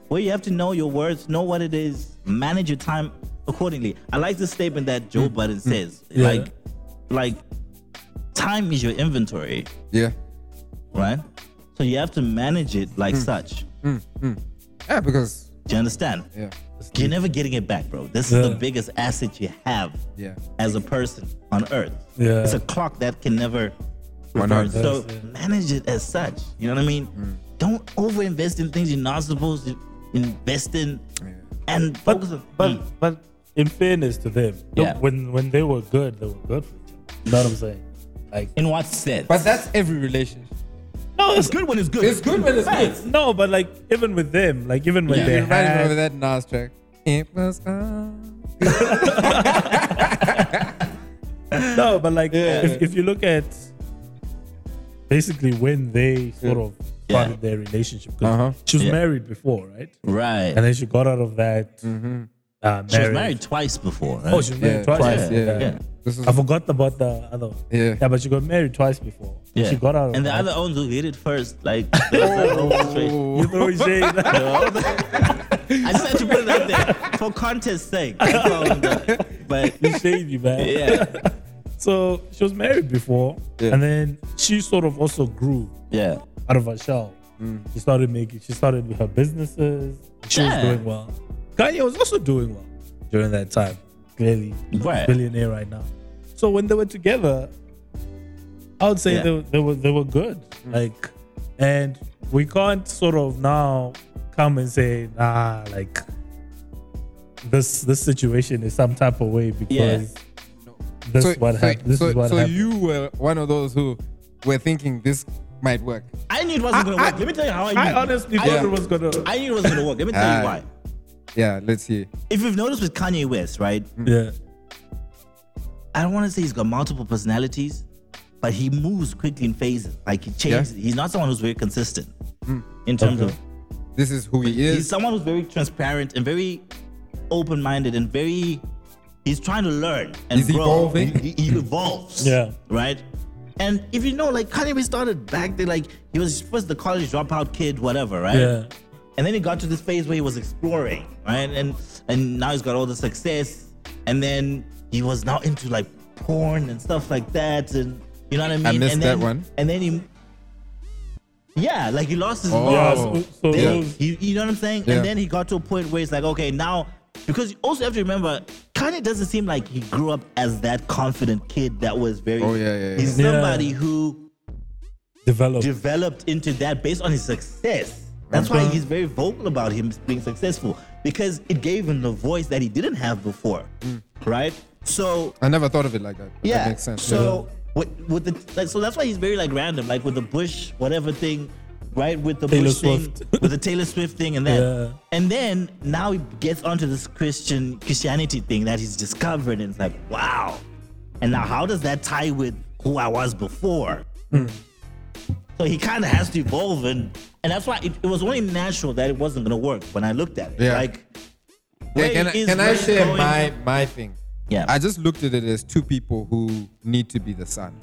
S2: Where you have to know your words, know what it is, manage your time accordingly. I like the statement that Joe Budden says.
S4: Mm. Yeah.
S2: Like like time is your inventory
S5: Yeah.
S2: right? So you have to manage it like
S4: Mm.
S2: such.
S5: Yeah, because
S2: Do you understand?
S5: yeah,
S2: You're never getting it back, bro. This is
S4: Yeah.
S2: the biggest asset you have
S5: Yeah.
S2: as a person on earth.
S4: Yeah.
S2: It's a clock that can never
S5: One hundred
S2: reverse. So manage it as such. You know what I mean?
S4: Mm.
S2: Don't overinvest in things you're not supposed to invest in and
S4: but
S2: focus on.
S4: but
S2: Mm.
S4: but in fairness to them, look,
S2: Yeah.
S4: when when they were good, they were good for each other. You know what I'm saying? Like
S2: in what sense?
S5: but that's every relationship.
S4: no,
S2: it's good when it's good.
S5: It's good when it's good.
S2: Facts.
S4: No, but like even with them, like even when
S2: Yeah.
S4: they
S5: You reminded me
S4: had,
S5: of that Nas track. It was uh, on.
S4: no, but like if, if you look at basically when they sort of started their relationship, 'cause
S5: Uh-huh.
S4: she was
S2: Yeah.
S4: married before, right?
S2: Right.
S4: And then she got out of that. Uh, marriage.
S2: Mm-hmm. she was married twice before. Right?
S4: Oh, she was married
S5: Yeah,
S4: twice.
S2: twice,
S5: yeah.
S2: yeah.
S5: This is
S4: I forgot about the other one.
S5: Yeah.
S4: Yeah, but she got married twice before.
S2: yeah.
S4: She got out of
S2: And the
S4: that. Oh.
S2: other ones who hit it first, like, there was that whole situation.
S4: You throw shade.
S2: I just had to put it out there for contest sake. Um, but
S4: you shady, man.
S2: yeah,
S4: So she was married before,
S5: Yeah.
S4: and then she sort of also grew
S2: yeah,
S4: out of her shell.
S5: Mm.
S4: She started making, she started with her businesses. She
S2: Yeah.
S4: was doing well. Kanye was also doing well during that time. Clearly,
S2: Right.
S4: billionaire right now. So when they were together, I would say
S2: Yeah.
S4: they, they were they were good.
S5: Mm.
S4: Like, and we can't sort of now come and say nah, like this this situation is some type of way because this
S5: so,
S4: what
S5: so,
S4: happened. This
S5: so,
S4: is what
S5: so
S4: happened.
S5: you were one of those who were thinking this might work.
S2: I knew it wasn't gonna
S4: I-
S2: work. Let me tell you how I knew.
S4: I honestly
S2: I,
S4: thought
S5: Yeah.
S4: it was gonna.
S2: I knew it was gonna work. Let me tell
S5: Ah.
S2: you why.
S5: Yeah, let's see.
S2: If you've noticed with Kanye West, right?
S4: yeah,
S2: I don't want to say he's got multiple personalities, but he moves quickly in phases. Like he changes. He's not someone who's very consistent in terms
S4: Okay.
S2: of.
S5: This is who he
S2: He's
S5: is.
S2: someone who's very transparent and very open-minded and very. He's trying to learn and
S5: He's
S2: grow.
S5: evolving.
S2: He, he evolves.
S4: Yeah.
S2: Right. And if you know, like Kanye West started back then, like he was first the college dropout kid, whatever, right?
S4: yeah,
S2: And then he got to this phase where he was exploring, right? And and now he's got all the success. and then he was now into like porn and stuff like that, and you know what I mean.
S5: missed
S2: and
S5: that
S2: then,
S5: one.
S2: And then he, yeah, like he lost his
S5: Oh.
S4: Yeah,
S2: balls.
S4: so, so
S5: Yeah.
S4: those-
S2: You, you know what I'm saying?
S5: Yeah.
S2: And then he got to a point where it's like, okay, now because you also have to remember, Kanye doesn't seem like he grew up as that confident kid that was very.
S5: Oh, yeah, yeah, yeah.
S2: He's
S4: Yeah.
S2: somebody who
S4: developed.
S2: developed into that based on his success. That's why he's very vocal about him being successful because it gave him the voice that he didn't have before, right? So
S5: I never thought of it like that.
S2: yeah.
S5: That makes sense.
S2: So with, with the like, so that's why he's very like random, like with the Bush whatever thing, right? With the
S4: Taylor
S2: Bush thing,
S4: Swift.
S2: with the Taylor Swift thing, and that,
S4: Yeah.
S2: and then now he gets onto this Christian Christianity thing that he's discovered, and it's like wow, and now how does that tie with who I was before? So he kind of has to evolve, and and that's why it, it was only natural that it wasn't gonna work when I looked at it.
S5: Yeah.
S2: Like,
S5: Yeah,
S2: where
S5: can I,
S2: is
S5: can I
S2: Drake
S5: share
S2: going?
S5: my my thing?
S2: Yeah.
S5: I just looked at it as two people who need to be the son.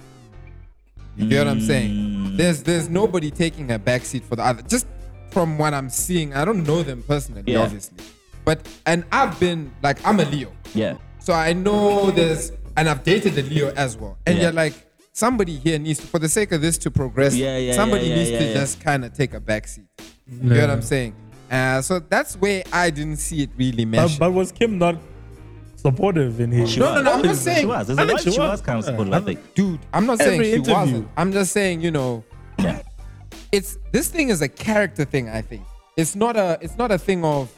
S5: You get what I'm
S2: Mm.
S5: saying? There's there's nobody taking a backseat for the other. Just from what I'm seeing, I don't know them personally,
S2: Yeah.
S5: obviously. But and I've been like I'm a Leo.
S2: Yeah.
S5: So I know there's and I've dated a Leo as well. And
S2: Yeah.
S5: you're like, somebody here needs to for the sake of this to progress,
S2: Yeah, yeah,
S5: somebody
S2: yeah, yeah,
S5: needs
S2: yeah,
S5: to
S2: yeah.
S5: just kind of take a backseat. You know what I'm saying? Uh, so that's where I didn't see it really
S4: But,
S5: mesh.
S4: but was Kim not supportive in his?
S2: She
S5: No, no, no, I'm
S2: was.
S5: just saying-
S2: She was. There's
S4: I
S2: a
S4: think
S2: lot-
S4: she
S2: she
S4: was.
S2: was kind of
S4: Yeah.
S2: supportive, I think.
S5: Dude, I'm not saying
S4: Every
S5: she
S4: interview.
S5: wasn't. I'm just saying, you know,
S2: Yeah.
S5: it's this thing is a character thing. I think it's not a it's not a thing of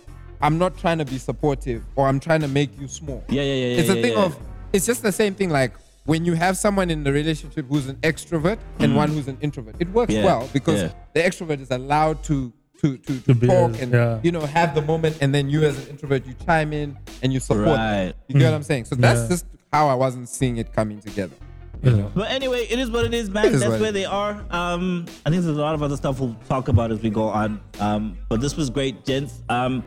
S5: I'm not trying to be supportive or I'm trying to make you small.
S2: Yeah, yeah, yeah, yeah,
S5: It's a
S2: yeah,
S5: thing
S2: yeah.
S5: of it's just the same thing like when you have someone in the relationship who's an extrovert and one who's an introvert. It works
S2: Mm. Yeah,
S5: well because
S2: yeah.
S5: the extrovert is allowed to to to, to,
S4: To be
S5: talk
S4: as-
S5: and
S4: yeah.
S5: you know have the moment and then you as an introvert you chime in and you support. them.
S2: Right.
S5: You get what I'm saying? So that's
S4: Mm. Yeah.
S5: just how I wasn't seeing it coming together.
S4: You know.
S2: But anyway, it is what it is, man.
S5: It is what
S2: That's
S5: it
S2: where
S5: is.
S2: they are. Um, I think there's a lot of other stuff we'll talk about as we go on. Um, but this was great, gents. Um,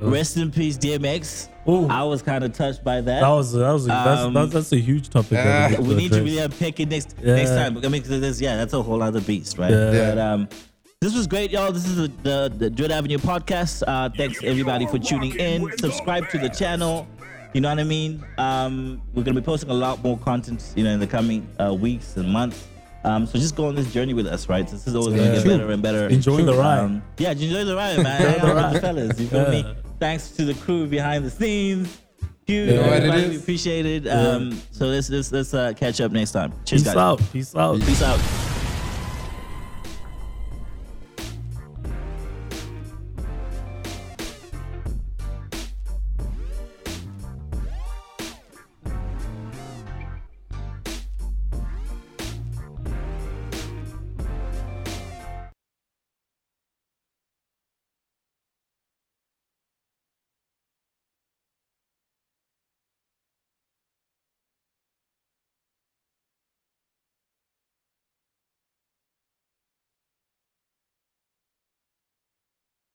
S2: rest in peace, DMX.
S4: Ooh.
S2: I was kind of touched by that.
S4: That was that was that's,
S2: Um,
S4: that's that's a huge topic. that
S5: yeah.
S4: we
S2: we need to
S4: address.
S2: really pick it next
S4: Yeah.
S2: next time. I mean, 'cause there's- yeah, that's a whole other beast, right?
S4: Yeah.
S5: Yeah.
S2: But um, this was great, y'all. This is the the, the Dread Avenue podcast. Uh, thanks everybody for tuning in. Subscribe to the channel. You know what I mean? Um, we're gonna be posting a lot more content, you know, in the coming uh, weeks and months. Um, so just go on this journey with us, right? This is always gonna
S4: Yeah.
S2: get better and better.
S4: Enjoy the ride.
S2: Um, yeah, enjoy the ride, man. Hang out with the fellas, you feel
S4: Yeah.
S2: me? Thanks to the crew behind the scenes. Huge,
S4: know what it
S2: everybody,
S5: is?
S2: we appreciate it. Um, so let's let's let's uh, catch up next time. Cheers,
S4: Peace
S2: guys.
S4: out. Peace out.
S2: Peace out.